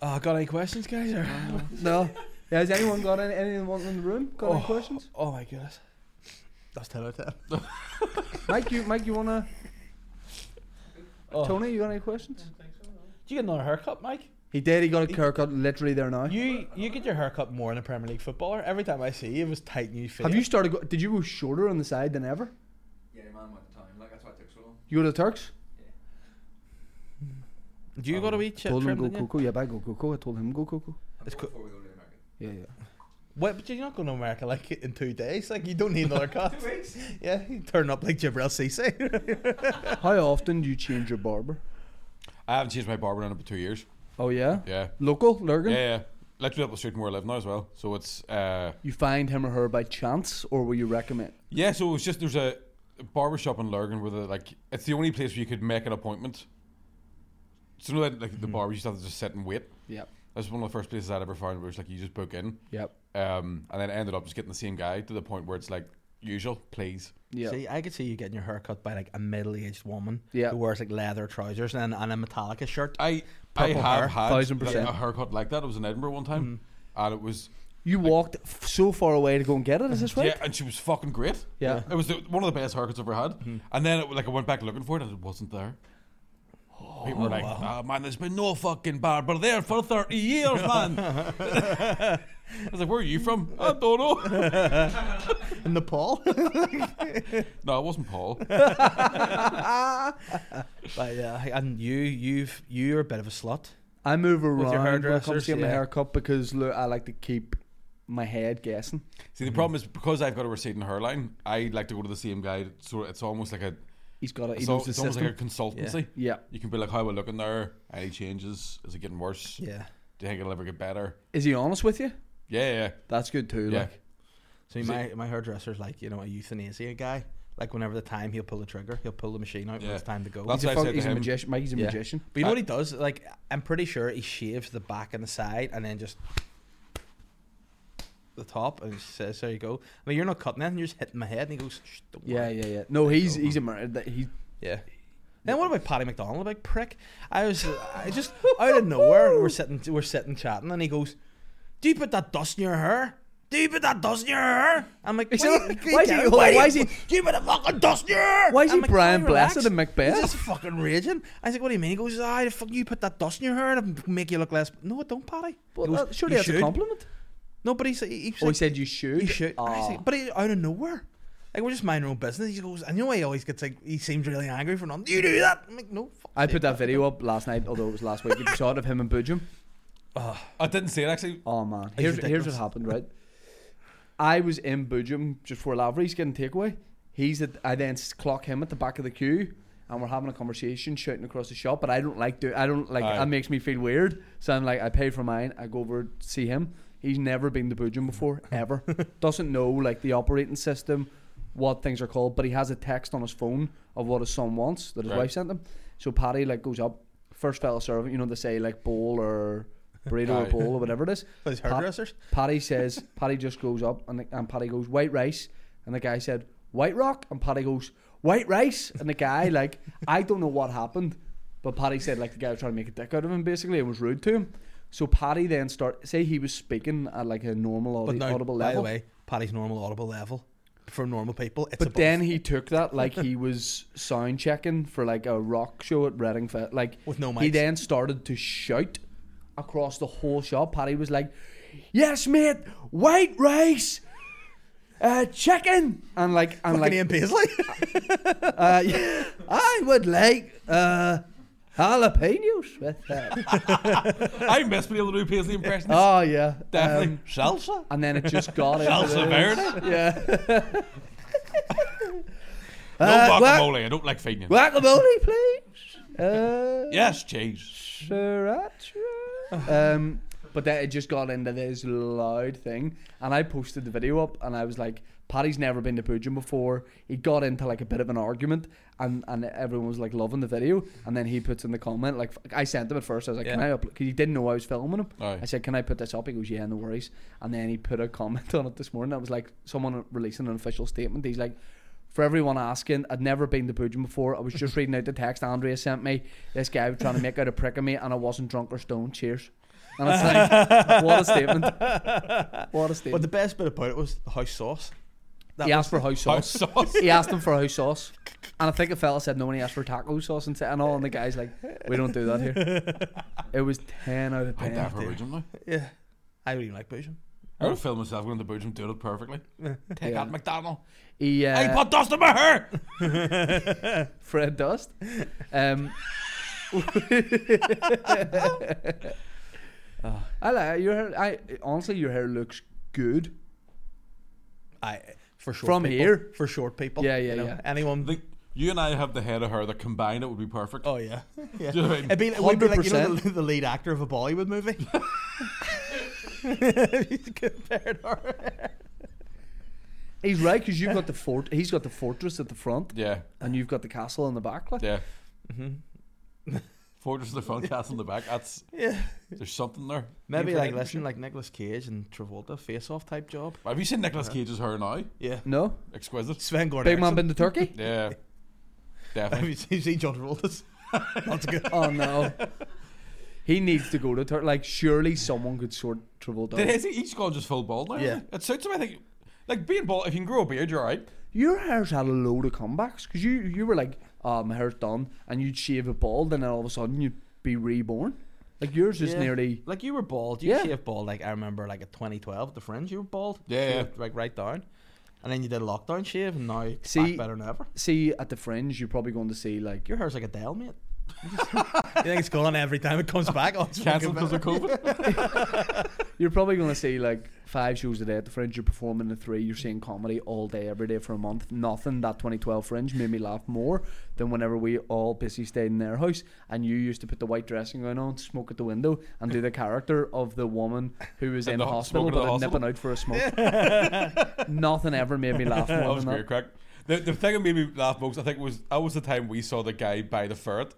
Speaker 3: Oh, got any questions, guys? Or?
Speaker 1: No. Yeah, has anyone got any, anyone in the room got any questions?
Speaker 3: Oh my goodness. That's 10 out of 10.
Speaker 1: Mike, you Mike, you wanna?
Speaker 3: Oh.
Speaker 1: Tony, you got any questions?
Speaker 3: Did you get another haircut, Mike?
Speaker 1: He did. He got a haircut literally there now.
Speaker 3: You you get your haircut more than a Premier League footballer. Every time I see you, it was tight and you fit.
Speaker 1: Have you started? Go- did you go shorter on the side than ever?
Speaker 5: Yeah, man, with the time. Like, that's why it took so long.
Speaker 1: You go to the Turks?
Speaker 3: Do you got a wee chip
Speaker 1: told him
Speaker 3: trim?
Speaker 1: go
Speaker 3: didn't you?
Speaker 1: cuckoo. Yeah, I go cuckoo. I told him go cuckoo.
Speaker 5: I'm
Speaker 3: It's
Speaker 5: going
Speaker 3: co-
Speaker 5: before we go to America.
Speaker 1: Yeah, yeah.
Speaker 3: Wait, but you're not going to America like in two days. Like you don't need another cut.
Speaker 5: Two weeks.
Speaker 3: yeah, you turn up like Jibril Cisse.
Speaker 1: How often do you change your barber?
Speaker 2: I haven't changed my barber in about two years.
Speaker 1: Oh yeah.
Speaker 2: Yeah.
Speaker 1: Local Lurgan.
Speaker 2: Yeah, yeah. Literally up the street from where I live now as well. So it's. uh
Speaker 1: You find him or her by chance, or will you recommend?
Speaker 2: Yeah, so it was just there's a barber shop in Lurgan where the like it's the only place where you could make an appointment. So you know, like like,
Speaker 3: Mm-hmm.
Speaker 2: the barber, you just have to just sit and wait.
Speaker 1: Yep.
Speaker 2: That's one of the first places I'd ever found where it's like you just book in,
Speaker 1: Yep.
Speaker 2: um, and then I ended up just getting the same guy to the point where it's like usual, please.
Speaker 1: Yeah.
Speaker 3: See, I could see you getting your haircut by like a middle-aged woman
Speaker 1: Yeah.
Speaker 3: who wears like leather trousers and, and a Metallica shirt.
Speaker 2: I I
Speaker 3: Purple
Speaker 2: have
Speaker 3: hair, Mm-hmm.
Speaker 2: had
Speaker 1: 1000%.
Speaker 2: a haircut like that. It was in Edinburgh one time, and it was
Speaker 1: You walked f- so far away to go and get it. Is this right?
Speaker 2: yeah, and she was fucking great.
Speaker 1: Yeah. Mm-hmm.
Speaker 2: it was the, one of the best haircuts I've ever had. And then it, like I went back looking for it, and it wasn't there.
Speaker 1: Oh,
Speaker 2: People were like, "Ah, man, there's been no fucking barber there for 30 years, man. I was like, where are you from? I don't know.
Speaker 3: In Nepal.
Speaker 2: no, it wasn't Paul.
Speaker 3: but yeah, and you you've you're a bit of a slut.
Speaker 1: I move around
Speaker 3: your
Speaker 1: when I come
Speaker 3: hairdressers,
Speaker 1: see my
Speaker 3: yeah.
Speaker 1: haircut because look, I like to keep my head guessing.
Speaker 2: See, the problem is because I've got a receding hairline, I like to go to the same guy. So it's almost like a,
Speaker 1: He's got it. He
Speaker 2: it's, al-
Speaker 1: knows the
Speaker 2: it's almost
Speaker 1: system.
Speaker 2: like a consultancy.
Speaker 1: yeah.
Speaker 2: You can be like, how am I looking there? Any changes? Is it getting worse?
Speaker 3: Yeah.
Speaker 2: Do you think it'll ever get better?
Speaker 1: Is he honest with you?
Speaker 2: Yeah, yeah, yeah.
Speaker 1: That's good too.
Speaker 2: Yeah.
Speaker 1: Like,
Speaker 3: So my my hairdresser's like you know a euthanasia guy. Like whenever the time he'll pull the trigger, he'll pull the machine out when
Speaker 2: Yeah.
Speaker 3: it's time to go.
Speaker 2: That's
Speaker 1: he's a,
Speaker 2: what I
Speaker 1: fuck,
Speaker 2: said to
Speaker 1: he's a
Speaker 2: him.
Speaker 1: magician. Mike, he's a
Speaker 3: Yeah.
Speaker 1: magician.
Speaker 3: but you know what he does? Like I'm pretty sure he shaves the back and the side, and then just the top, and he says, "There you go." I mean, you're not cutting anything; you're just hitting my head. And he goes, Shh, "Don't
Speaker 1: Yeah,
Speaker 3: worry."
Speaker 1: yeah, yeah. No, he's he's a mar- that he.
Speaker 3: Yeah. Then what about Paddy McDonald, a big prick? I was I just out of nowhere we're sitting we're sitting chatting and he goes, Do you put that dust in your hair? Do you put that dust in your hair? I'm like,
Speaker 1: He
Speaker 3: "Why
Speaker 1: said,
Speaker 3: do you-
Speaker 1: why is he- hold on,
Speaker 3: do
Speaker 1: why
Speaker 3: you-
Speaker 1: is he-
Speaker 3: Do you put a fucking dust in your hair?
Speaker 1: Why is
Speaker 3: I'm
Speaker 1: he
Speaker 3: like,
Speaker 1: Brian
Speaker 3: "Can you
Speaker 1: Blessed
Speaker 3: relax?"
Speaker 1: in Macbeth?
Speaker 3: He's just fucking raging. I was like, what do you mean? He goes, ah, the fuck you put that dust in your hair and it'll make you look less. No, it don't, Paddy.
Speaker 1: Well,
Speaker 3: He goes,
Speaker 1: that- surely
Speaker 3: "You
Speaker 1: that's a
Speaker 3: ah, should."
Speaker 1: compliment.
Speaker 3: No, but he said, he, he was
Speaker 1: Oh, he
Speaker 3: like,
Speaker 1: said you should. Ah.
Speaker 3: you should. And I was
Speaker 1: Aw.
Speaker 3: like, but he, out of nowhere. Like, we're just minding our own business. He goes, I know he always gets like, he seems really angry for nothing. Do you do that? I'm like, no. fuck
Speaker 1: I
Speaker 3: sake."
Speaker 1: put that video up last night, although it was last week. You saw it of him and Boojum.
Speaker 2: I didn't see it actually.
Speaker 1: Oh man,
Speaker 3: He's
Speaker 1: here's here's what
Speaker 3: ridiculous.
Speaker 1: happened, right? I was in Boojum just for Lavery's getting takeaway. He's at I then s- clock him at the back of the queue, and we're having a conversation, shouting across the shop. But I don't like do I don't like
Speaker 2: Aye.
Speaker 1: that makes me feel weird. So I'm like, I pay for mine. I go over see him. He's never been to Boojum before, ever. Doesn't know like the operating system, what things are called. But he has a text on his phone of what his son wants that his
Speaker 2: Right.
Speaker 1: wife sent him. So Patty like goes up first fellow servant. You know they say like bowl or burrito
Speaker 2: Aye.
Speaker 1: or bowl or whatever it is.
Speaker 3: Those
Speaker 1: Pat-
Speaker 3: hairdressers.
Speaker 1: Paddy says, Paddy just goes up and, and Paddy goes, white rice. And the guy said, white rock. And Paddy goes, white rice. And the guy, like, I don't know what happened, but Paddy said, like, the guy was trying to make a dick out of him, basically, and was rude to him. So Paddy then start say he was speaking at like a normal audi-
Speaker 3: But now,
Speaker 1: audible
Speaker 3: by
Speaker 1: level,
Speaker 3: the way, Paddy's normal audible level for normal people. It's
Speaker 1: but
Speaker 3: above.
Speaker 1: then he took that like he was sound checking for like a rock show at Reading Fe- like
Speaker 3: With no
Speaker 1: He
Speaker 3: mics.
Speaker 1: then started to shout across the whole shop. Paddy was like, "Yes, mate, white rice, uh, chicken," and like and
Speaker 3: Fucking
Speaker 1: like
Speaker 3: Ian Paisley.
Speaker 1: uh, yeah, I would like uh, jalapenos with. Uh,
Speaker 2: I miss being able to do Paisley impressions.
Speaker 1: oh yeah,
Speaker 2: Definitely.
Speaker 1: um,
Speaker 3: Salsa?
Speaker 1: and then it just got into
Speaker 2: Salsa
Speaker 1: the-
Speaker 2: verde?
Speaker 1: Yeah.
Speaker 2: No
Speaker 1: Uh, well-
Speaker 2: guacamole. I don't like feeding you.
Speaker 1: Guacamole, please. Uh,
Speaker 2: Yes, cheese.
Speaker 1: Sriracha. um, but then it just got into this loud thing, and I posted the video up, and I was like, "Paddy's never been to Pujum before." He got into like a bit of an argument, and and everyone was like loving the video, and then he puts in the comment like, "I sent him at first. I was like,
Speaker 3: Yeah.
Speaker 1: can I upload?" Because he didn't know I was filming him.
Speaker 2: Aye.
Speaker 1: I said, "Can I put this up?" He goes, "Yeah, no worries." And then he put a comment on it this morning. That was like someone releasing an official statement. He's like. For everyone asking, I'd never been to Boojum before. I was just reading out the text Andrea sent me. This guy was trying to make out a prick of me, and I wasn't drunk or stoned. Cheers. And it's like, what a statement. What a
Speaker 3: But
Speaker 1: statement.
Speaker 3: the best bit about it was the house sauce. That
Speaker 1: he
Speaker 3: was
Speaker 1: asked for house
Speaker 2: Hot
Speaker 1: sauce.
Speaker 2: sauce.
Speaker 1: he asked him for house sauce. And I think a fella said no when he asked for taco sauce and, t- and all, and the guy's like, we don't do that here. It was 10 out of
Speaker 2: I
Speaker 1: 10.
Speaker 2: never originally.
Speaker 3: Yeah. I don't even like Bouchon.
Speaker 2: I would film myself going to the boots and doing it perfectly. Take
Speaker 1: Yeah.
Speaker 2: out McDonald.
Speaker 1: He, uh,
Speaker 2: I put dust in my hair.
Speaker 1: Fred Dust. Um, I like your hair. I honestly, your hair looks good.
Speaker 3: I for short
Speaker 1: From
Speaker 3: people,
Speaker 1: here?
Speaker 3: for short people.
Speaker 1: Yeah, yeah,
Speaker 3: you know,
Speaker 1: yeah.
Speaker 3: Anyone?
Speaker 2: The- you and I have the head of hair that combined it would be perfect.
Speaker 3: oh yeah, yeah.
Speaker 2: Do you know what I mean?
Speaker 3: It'd be, it would be like you know,
Speaker 1: 100%.
Speaker 3: the, the lead actor of a Bollywood movie. Compared our
Speaker 1: He's right because you've got the fort. He's got the fortress at the front,
Speaker 2: Yeah,
Speaker 1: and you've got the castle in the back. Like.
Speaker 2: yeah.
Speaker 3: Mm-hmm.
Speaker 2: Fortress in the front, castle in the back. That's
Speaker 3: yeah,
Speaker 2: there's something there.
Speaker 3: maybe
Speaker 2: You've
Speaker 3: like
Speaker 2: heard it.
Speaker 3: listen, like Nicolas Cage and Travolta face off type job. Mm.
Speaker 2: Have you seen Nicolas
Speaker 1: Uh-huh.
Speaker 2: Cage's hair now?
Speaker 3: Yeah,
Speaker 1: No,
Speaker 2: Exquisite.
Speaker 3: Sven Gordon.
Speaker 1: big man been to Turkey?
Speaker 2: Yeah,
Speaker 3: Have
Speaker 2: definitely.
Speaker 3: you seen, seen John Travolta's? That's good.
Speaker 1: oh no, he needs to go to Turkey. Like surely someone could sort Travolta.
Speaker 2: Did
Speaker 1: out.
Speaker 2: he, he's gone just full bald now.
Speaker 3: Yeah.
Speaker 2: hasn't he? it suits him. I think. Like being bald, if you can grow a beard, you're alright.
Speaker 1: Your hair's had a load of comebacks because you you were like, oh, my hair's done, and you'd shave it bald, and then all of a sudden you'd be reborn. Like yours is
Speaker 3: Yeah.
Speaker 1: nearly.
Speaker 3: Like you were bald. You
Speaker 1: Yeah.
Speaker 3: shaved bald. Like I remember, like at 2012, at the fringe, you were bald.
Speaker 2: Yeah, yeah.
Speaker 3: Shaved, like right down, and then you did a lockdown shave, and now it's
Speaker 1: See-
Speaker 3: back better than ever.
Speaker 1: See at the fringe, you're probably going to see like
Speaker 3: Your hair's like a Dell, mate. you think it's gone every time it comes back? Oh, it's
Speaker 2: Cancelled because of COVID.
Speaker 1: You're probably going to see like five shows a day at the Fringe. You're performing the three. You're seeing comedy all day, every day for a month. Nothing that 2012 Fringe made me laugh more than whenever we all busy stayed in their house and you used to put the white dressing gown on, smoke at the window, and do the character of the woman who was
Speaker 2: And
Speaker 1: in
Speaker 2: the-
Speaker 1: hospital
Speaker 2: smoking
Speaker 1: but
Speaker 2: at the
Speaker 1: had nipping
Speaker 2: hospital.
Speaker 1: out for a smoke. Nothing ever made me laugh
Speaker 2: that
Speaker 1: more
Speaker 2: was
Speaker 1: than
Speaker 2: great
Speaker 1: that.
Speaker 2: crack. The, the thing that made me laugh most, I think, was that was the time we saw the guy buy the ferret,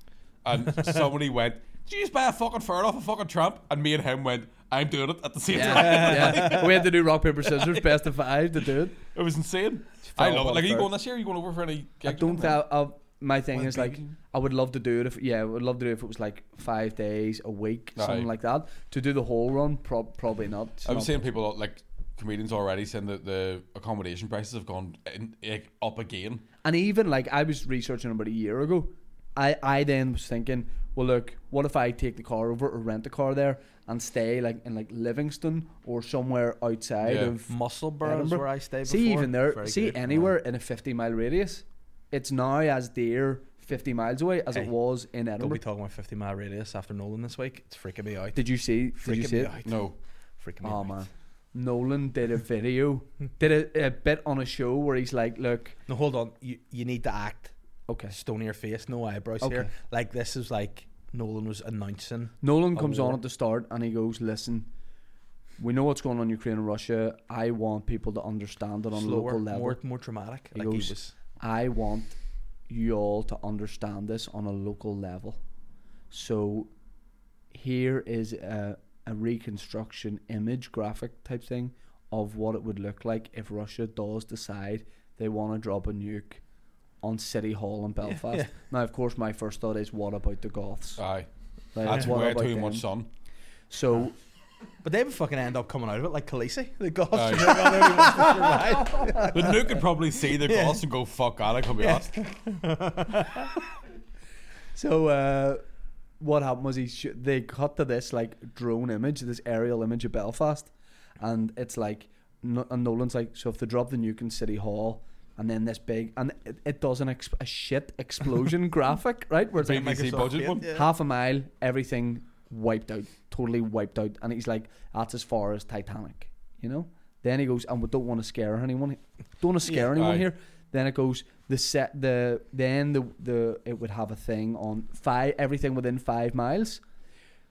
Speaker 2: and somebody went, "Did you just buy a fucking ferret off a fucking tramp?" And me and him went, "I'm doing it at the same time."
Speaker 1: Yeah, yeah. We had to do rock paper scissors, best of five to do it.
Speaker 2: It was insane.
Speaker 1: fell
Speaker 2: I love it.
Speaker 1: off
Speaker 2: Like, are you
Speaker 1: there.
Speaker 2: going this year? Are you going over for any?
Speaker 1: I
Speaker 2: gigs?
Speaker 1: don't think I, I, my thing
Speaker 2: Well,
Speaker 1: is like
Speaker 2: beacon.
Speaker 1: I would love to do it if yeah I would love to do it if it was like five days a week something
Speaker 2: Aye.
Speaker 1: like that to do the whole run prob- probably not. It's
Speaker 2: I was
Speaker 1: not-
Speaker 2: seeing people like comedians already saying that the accommodation prices have gone in, like, up again.
Speaker 1: And even like I was researching about a year ago, I, I then was thinking, well, look, what if I take the car over or rent a car there and stay like in like Livingston or somewhere outside
Speaker 2: Yeah.
Speaker 1: of
Speaker 3: Muscle burns
Speaker 1: Edinburgh.
Speaker 3: where I stayed before.
Speaker 1: see even there,
Speaker 3: Very
Speaker 1: see
Speaker 3: good.
Speaker 1: anywhere in a fifty mile radius, it's now as dear fifty miles away as it
Speaker 3: Hey,
Speaker 1: was in
Speaker 3: Don't
Speaker 1: Edinburgh.
Speaker 3: be talking about 50 mile radius after Nolan this week. It's freaking me out.
Speaker 1: Did you see? Did you
Speaker 3: Freaking
Speaker 1: see
Speaker 3: me
Speaker 1: it?
Speaker 3: out.
Speaker 2: No,
Speaker 3: Freaking me
Speaker 1: Oh
Speaker 3: out.
Speaker 1: man, Nolan did a video, did a, a bit on a show where he's like, look,
Speaker 3: No, hold on. You, you need to act.
Speaker 1: okay,
Speaker 3: Stone your face, no eyebrows
Speaker 1: Okay.
Speaker 3: here. Like, this is like Nolan was announcing.
Speaker 1: Nolan
Speaker 3: a
Speaker 1: comes on
Speaker 3: war.
Speaker 1: at the start and he goes, "Listen, we know what's going on in Ukraine and Russia. I want people to understand it on a
Speaker 3: slower,
Speaker 1: local level.
Speaker 3: more, more dramatic.
Speaker 1: He
Speaker 3: like,
Speaker 1: goes-
Speaker 3: he was.
Speaker 1: I want you all to understand this on a local level. So here is a, a reconstruction image graphic type thing of what it would look like if Russia does decide they want to drop a nuke on City Hall in Belfast.
Speaker 3: yeah.
Speaker 1: Now, of course, my first thought is, what about the Goths?
Speaker 2: aye,
Speaker 1: Like,
Speaker 2: that's
Speaker 1: what
Speaker 2: way
Speaker 1: about
Speaker 2: too
Speaker 1: them?
Speaker 2: much sun.
Speaker 1: So
Speaker 3: But they would fucking end up coming out of it like Khaleesi. The gods.
Speaker 2: Aye. The nuke could probably see the
Speaker 3: Yeah.
Speaker 2: cost and go fuck that. I could be asked.
Speaker 1: So uh, what happened was he sh- they cut to this like drone image, this aerial image of Belfast, and it's like no- and Nolan's like, so if they drop the nuke in City Hall. And then this big, and it, it does an ex- a shit explosion graphic, right? Where it's like
Speaker 2: BBC budget one.
Speaker 3: Yeah.
Speaker 1: half a mile, everything wiped out, totally wiped out. And he's like, that's as far as Titanic, you know? Then he goes, and we don't want to scare anyone. Don't want to scare
Speaker 3: Yeah.
Speaker 1: anyone
Speaker 2: Aye.
Speaker 1: here. Then it goes the set the then the the it would have a thing on five everything within five miles,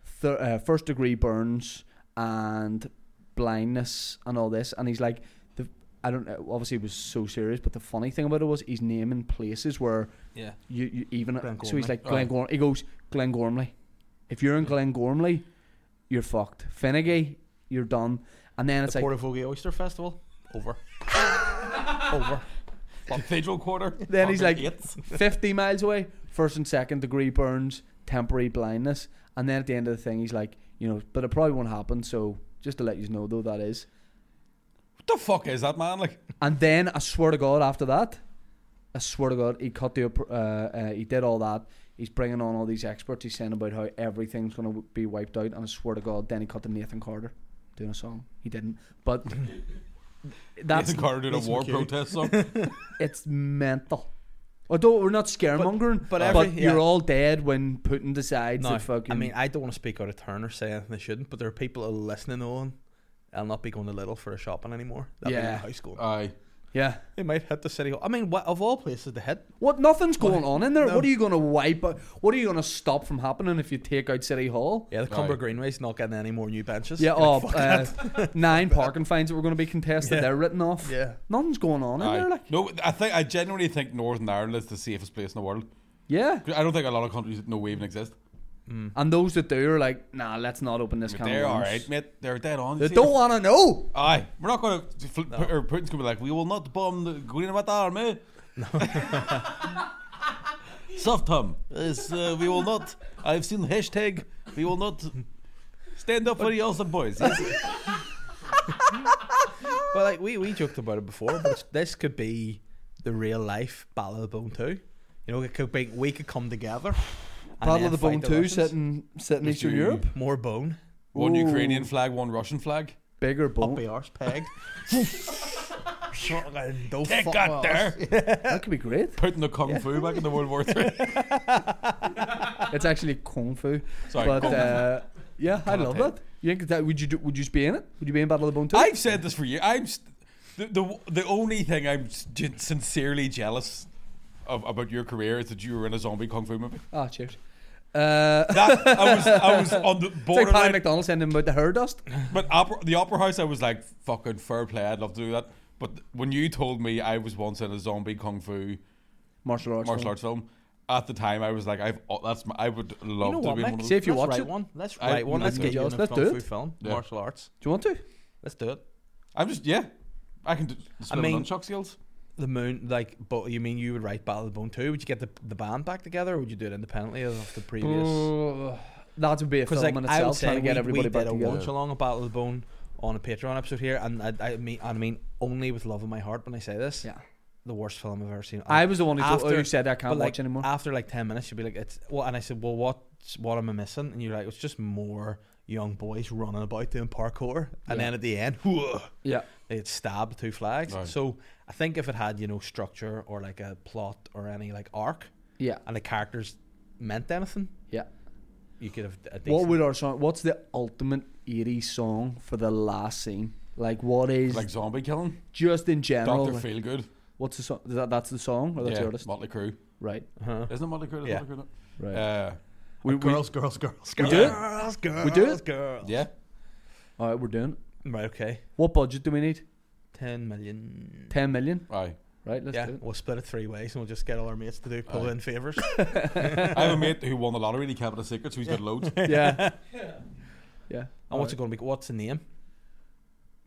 Speaker 1: Thir- uh, first degree burns and blindness and all this. And he's like, the I don't know. Obviously, it was so serious. But the funny thing about it was he's naming places where
Speaker 3: Yeah.
Speaker 1: you, you even so
Speaker 3: Glengormley.
Speaker 1: he's like
Speaker 2: Oh.
Speaker 1: Glengorm he goes Glengormley if you're in Glengormley you're fucked Finnegy you're done and then it's
Speaker 3: the
Speaker 1: like
Speaker 3: Portavogie Oyster Festival. Over. Over.
Speaker 2: Cathedral quarter.
Speaker 1: Then he's
Speaker 2: fucking
Speaker 1: like-
Speaker 2: eights.
Speaker 1: 50 miles away first and second degree burns temporary blindness and then at the end of the thing he's like you know but it probably won't happen so just to let you know though that is
Speaker 2: what the fuck is that man? Like,
Speaker 1: And then I swear to God, after that, I swear to God, he cut the oper- uh, uh, he did all that. He's bringing on all these experts. He's saying about how everything's going to be wiped out. And I swear to God, then he cut to Nathan Carter doing a song. He didn't, but that's
Speaker 2: Nathan Carter did a
Speaker 3: Nathan
Speaker 2: war
Speaker 3: McCurry.
Speaker 2: protest song.
Speaker 1: it's mental. Although we're not scaremongering, but,
Speaker 3: but every- yeah.
Speaker 1: you're all dead when Putin decides
Speaker 3: No,
Speaker 1: to fucking.
Speaker 3: I mean, I don't want to speak out of turn or say anything they shouldn't, but there are people that are listening on. I'll not be going to Little for a shopping anymore. That'll be
Speaker 1: Yeah.
Speaker 3: in high school.
Speaker 2: aye,
Speaker 1: yeah.
Speaker 3: They might hit the city hall. I mean, what, of all places to hit,
Speaker 1: What? Nothing's going on in there.
Speaker 3: No.
Speaker 1: What are you going to wipe? out? What are you going to stop from happening if you take out City Hall?
Speaker 3: yeah, the Cumber
Speaker 2: Aye.
Speaker 3: Greenway's not getting any more new benches.
Speaker 1: Yeah,
Speaker 3: You're like,
Speaker 1: oh, uh, nine parking fines that were going to be contested.
Speaker 3: Yeah.
Speaker 1: They're written off.
Speaker 3: yeah.
Speaker 1: Nothing's going on in
Speaker 2: aye.
Speaker 1: there. Like,
Speaker 2: No, I think I genuinely think Northern Ireland is the safest place in the world.
Speaker 1: yeah.
Speaker 2: I don't think a lot of countries know we even exist.
Speaker 1: And those that do are like, nah, let's not open this can
Speaker 2: They're
Speaker 1: of
Speaker 2: all
Speaker 1: worms.
Speaker 2: right, mate. They're dead on.
Speaker 1: They
Speaker 2: See,
Speaker 1: don't want to know.
Speaker 2: Aye, we're not going to. Fl- Or Putin's going to be like, we will not bomb the Greenwat Army. No. Soft hum. Yes, uh, we will not. I've seen hashtag. We will not stand up for the awesome boys. Yes.
Speaker 3: But like we, we joked about it before, but it's- this could be the real life Battle of the Bone Two. You know, it could be we could come together. and
Speaker 1: Battle
Speaker 3: then
Speaker 1: of the
Speaker 3: fight
Speaker 1: Bone 2
Speaker 3: Russians.
Speaker 1: sitting, sitting
Speaker 2: Just
Speaker 1: Eastern
Speaker 2: do-
Speaker 1: Europe.
Speaker 3: more bone,
Speaker 2: One
Speaker 1: Ooh.
Speaker 2: Ukrainian flag, one Russian flag.
Speaker 1: Bigger
Speaker 3: up
Speaker 1: bone.
Speaker 3: the arse peg. Don't
Speaker 2: Take
Speaker 3: fuck
Speaker 2: that
Speaker 3: with us.
Speaker 2: there.
Speaker 1: That could be great.
Speaker 2: Putin the kung fu back in the World War Three.
Speaker 1: It's actually kung fu.
Speaker 2: Sorry,
Speaker 1: but
Speaker 2: kung fu.
Speaker 1: uh, yeah, I love
Speaker 2: Karate.
Speaker 1: that. You think that would you do, would you be in it? Would you be in Battle of the Bone 2?
Speaker 2: I've said this for years. I'm st- the, the the only thing I'm s- gen- sincerely jealous of about your career is that you were in a zombie kung fu movie.
Speaker 1: Ah, cheers. Uh,
Speaker 2: That I was I was on the
Speaker 1: it's like Paddy
Speaker 2: borderline,
Speaker 1: McDonald sending him about the hair dust.
Speaker 2: but opera, the opera house I was like fucking fair play. I'd love to do that. But when you told me I was once in a zombie kung fu
Speaker 1: Martial arts.
Speaker 2: martial
Speaker 1: film.
Speaker 2: arts film, at the time I was like, I've oh, that's my, I would love
Speaker 3: You know
Speaker 2: to
Speaker 3: what,
Speaker 2: be in
Speaker 3: Mick?
Speaker 2: one of
Speaker 1: See
Speaker 2: those.
Speaker 1: if you
Speaker 3: Let's
Speaker 1: watch
Speaker 3: write
Speaker 1: it.
Speaker 3: one. Let's
Speaker 2: I-
Speaker 3: write one.
Speaker 2: let's
Speaker 3: Let's
Speaker 2: do
Speaker 3: get
Speaker 2: it.
Speaker 3: you in a
Speaker 1: Let's
Speaker 3: kung
Speaker 1: do
Speaker 3: fu
Speaker 1: it.
Speaker 3: film,
Speaker 2: Yeah.
Speaker 3: martial arts.
Speaker 1: Do you want to?
Speaker 3: Let's do it.
Speaker 2: I'm just yeah, I can do, I
Speaker 3: mean-
Speaker 2: mean, nunchuck skills.
Speaker 3: The moon, like, but you mean you would write Battle of the Bone Two? Would you get the the band back together, or would you do it independently of the previous?
Speaker 1: Uh, that would be a
Speaker 3: Because
Speaker 1: film
Speaker 3: like
Speaker 1: in
Speaker 3: I would
Speaker 1: itself
Speaker 3: say
Speaker 1: trying to get
Speaker 3: we,
Speaker 1: everybody
Speaker 3: we
Speaker 1: back
Speaker 3: did a
Speaker 1: together.
Speaker 3: watch along of Battle of the Bone on a Patreon episode here, and I, I mean, I mean only with love in my heart when I say this.
Speaker 1: Yeah.
Speaker 3: The worst film I've ever seen.
Speaker 1: I was the one who, told,
Speaker 3: After-
Speaker 1: who said I can't
Speaker 3: but, like,
Speaker 1: watch anymore.
Speaker 3: After like ten minutes, you'd be like, "It's well," and I said, "Well, what? What am I missing?" And you're like, "It's just more young boys running about doing parkour." And then at the end, whoa,
Speaker 1: yeah.
Speaker 3: they had stabbed two flags.
Speaker 2: Right.
Speaker 3: So I think if it had you know structure or like a plot or any like arc,
Speaker 1: Yeah.
Speaker 3: and the characters meant anything,
Speaker 1: Yeah.
Speaker 3: you could have a
Speaker 1: What
Speaker 3: decent.
Speaker 1: would our song? What's the ultimate 80s song for the last scene? Like, what is
Speaker 2: Like zombie killing.
Speaker 1: just in general?
Speaker 2: Doctor
Speaker 1: like,
Speaker 2: Feel Good.
Speaker 1: what's the song? That, that's the song, or that's
Speaker 2: Yeah,
Speaker 1: the artist?
Speaker 2: Motley Crue.
Speaker 1: Right,
Speaker 3: Huh.
Speaker 2: Isn't it Motley Crue? Is
Speaker 3: Yeah.
Speaker 2: Motley Crue?
Speaker 1: right.
Speaker 2: Uh,
Speaker 1: we, we,
Speaker 3: girls, girls, girls, girls,
Speaker 1: do it?
Speaker 3: girls, girls,
Speaker 1: We do it?
Speaker 3: girls.
Speaker 2: yeah.
Speaker 1: all right, we're doing it.
Speaker 3: Right. Okay.
Speaker 1: What budget do we need?
Speaker 3: Ten million.
Speaker 1: 10 million?
Speaker 2: Aye.
Speaker 1: Right, let's
Speaker 3: yeah,
Speaker 1: do it.
Speaker 3: we'll split it three ways, and we'll just get all our mates to do pull
Speaker 2: Aye.
Speaker 3: in favors.
Speaker 2: I have a mate who won the lottery. and He kept it a secret, so he's got loads.
Speaker 1: Yeah. yeah.
Speaker 3: And
Speaker 1: Alright.
Speaker 3: what's it going to be? What's the name?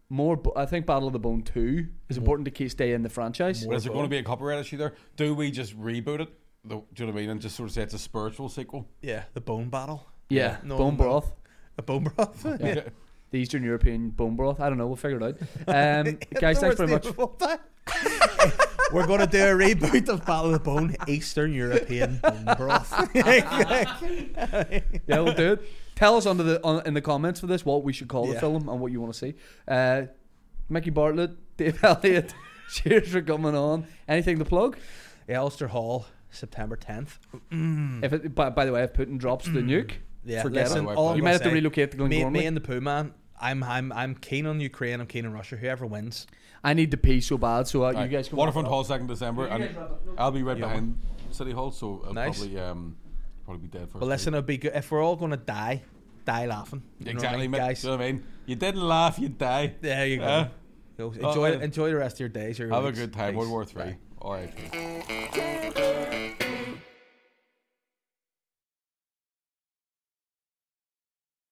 Speaker 1: More, bo- I think Battle of the Bone 2 is important to keep stay in the franchise.
Speaker 2: Is there going to be a copyright issue there? Do we just reboot it? The- do you know what I mean? And just sort of say it's a spiritual sequel.
Speaker 3: Yeah, the bone battle.
Speaker 1: Yeah,
Speaker 3: No,
Speaker 1: bone
Speaker 3: no.
Speaker 1: broth.
Speaker 3: A bone broth.
Speaker 1: Yeah. The Eastern European bone broth. I don't know, we'll figure it out. Um, guys, thanks
Speaker 3: That was
Speaker 1: very
Speaker 3: the
Speaker 1: much.
Speaker 3: full time. We're going to do a reboot of Battle of the Bone, Eastern European bone broth.
Speaker 1: yeah, we'll do it. Tell us under the on, in the comments for this what we should call the
Speaker 3: Yeah.
Speaker 1: film and what you want to see. Uh, Mickey Bartlett, Dave Elliott, cheers for coming on. Anything to plug?
Speaker 3: Elster Hall, September 10th.
Speaker 1: If it, by, by the way, if Putin drops the nuke,
Speaker 3: Hmm. Yeah,
Speaker 1: Forget
Speaker 3: listen,
Speaker 2: it.
Speaker 3: all I'm
Speaker 1: you
Speaker 2: You
Speaker 1: might
Speaker 3: gonna
Speaker 1: have to
Speaker 3: say,
Speaker 1: relocate to
Speaker 3: me,
Speaker 1: Glengormley.
Speaker 3: me and the Pooh Man. I'm I'm I'm keen on Ukraine. I'm keen on Russia. Whoever wins,
Speaker 1: I need to pee so bad, so uh,
Speaker 2: Aye.
Speaker 1: you guys can.
Speaker 2: Waterfront Hall, second December,
Speaker 1: You guys
Speaker 2: and
Speaker 1: wrap up. No.
Speaker 2: I'll be right
Speaker 3: Yeah.
Speaker 2: behind City Hall, so I'll
Speaker 3: Nice.
Speaker 2: probably um probably be dead first.
Speaker 3: but listen,
Speaker 2: thing.
Speaker 3: it'd be good if we're all going to die. Die laughing. You know what I
Speaker 2: exactly,
Speaker 3: mean,
Speaker 2: mate.
Speaker 3: guys.
Speaker 2: Do you know what I mean? You didn't laugh, you die.
Speaker 3: There you go.
Speaker 2: Yeah.
Speaker 3: Go enjoy
Speaker 2: well.
Speaker 3: enjoy the rest of your days. your
Speaker 2: Have a
Speaker 3: weeks.
Speaker 2: good time. World
Speaker 3: Thanks.
Speaker 2: War
Speaker 3: Bye.
Speaker 2: Three. All right.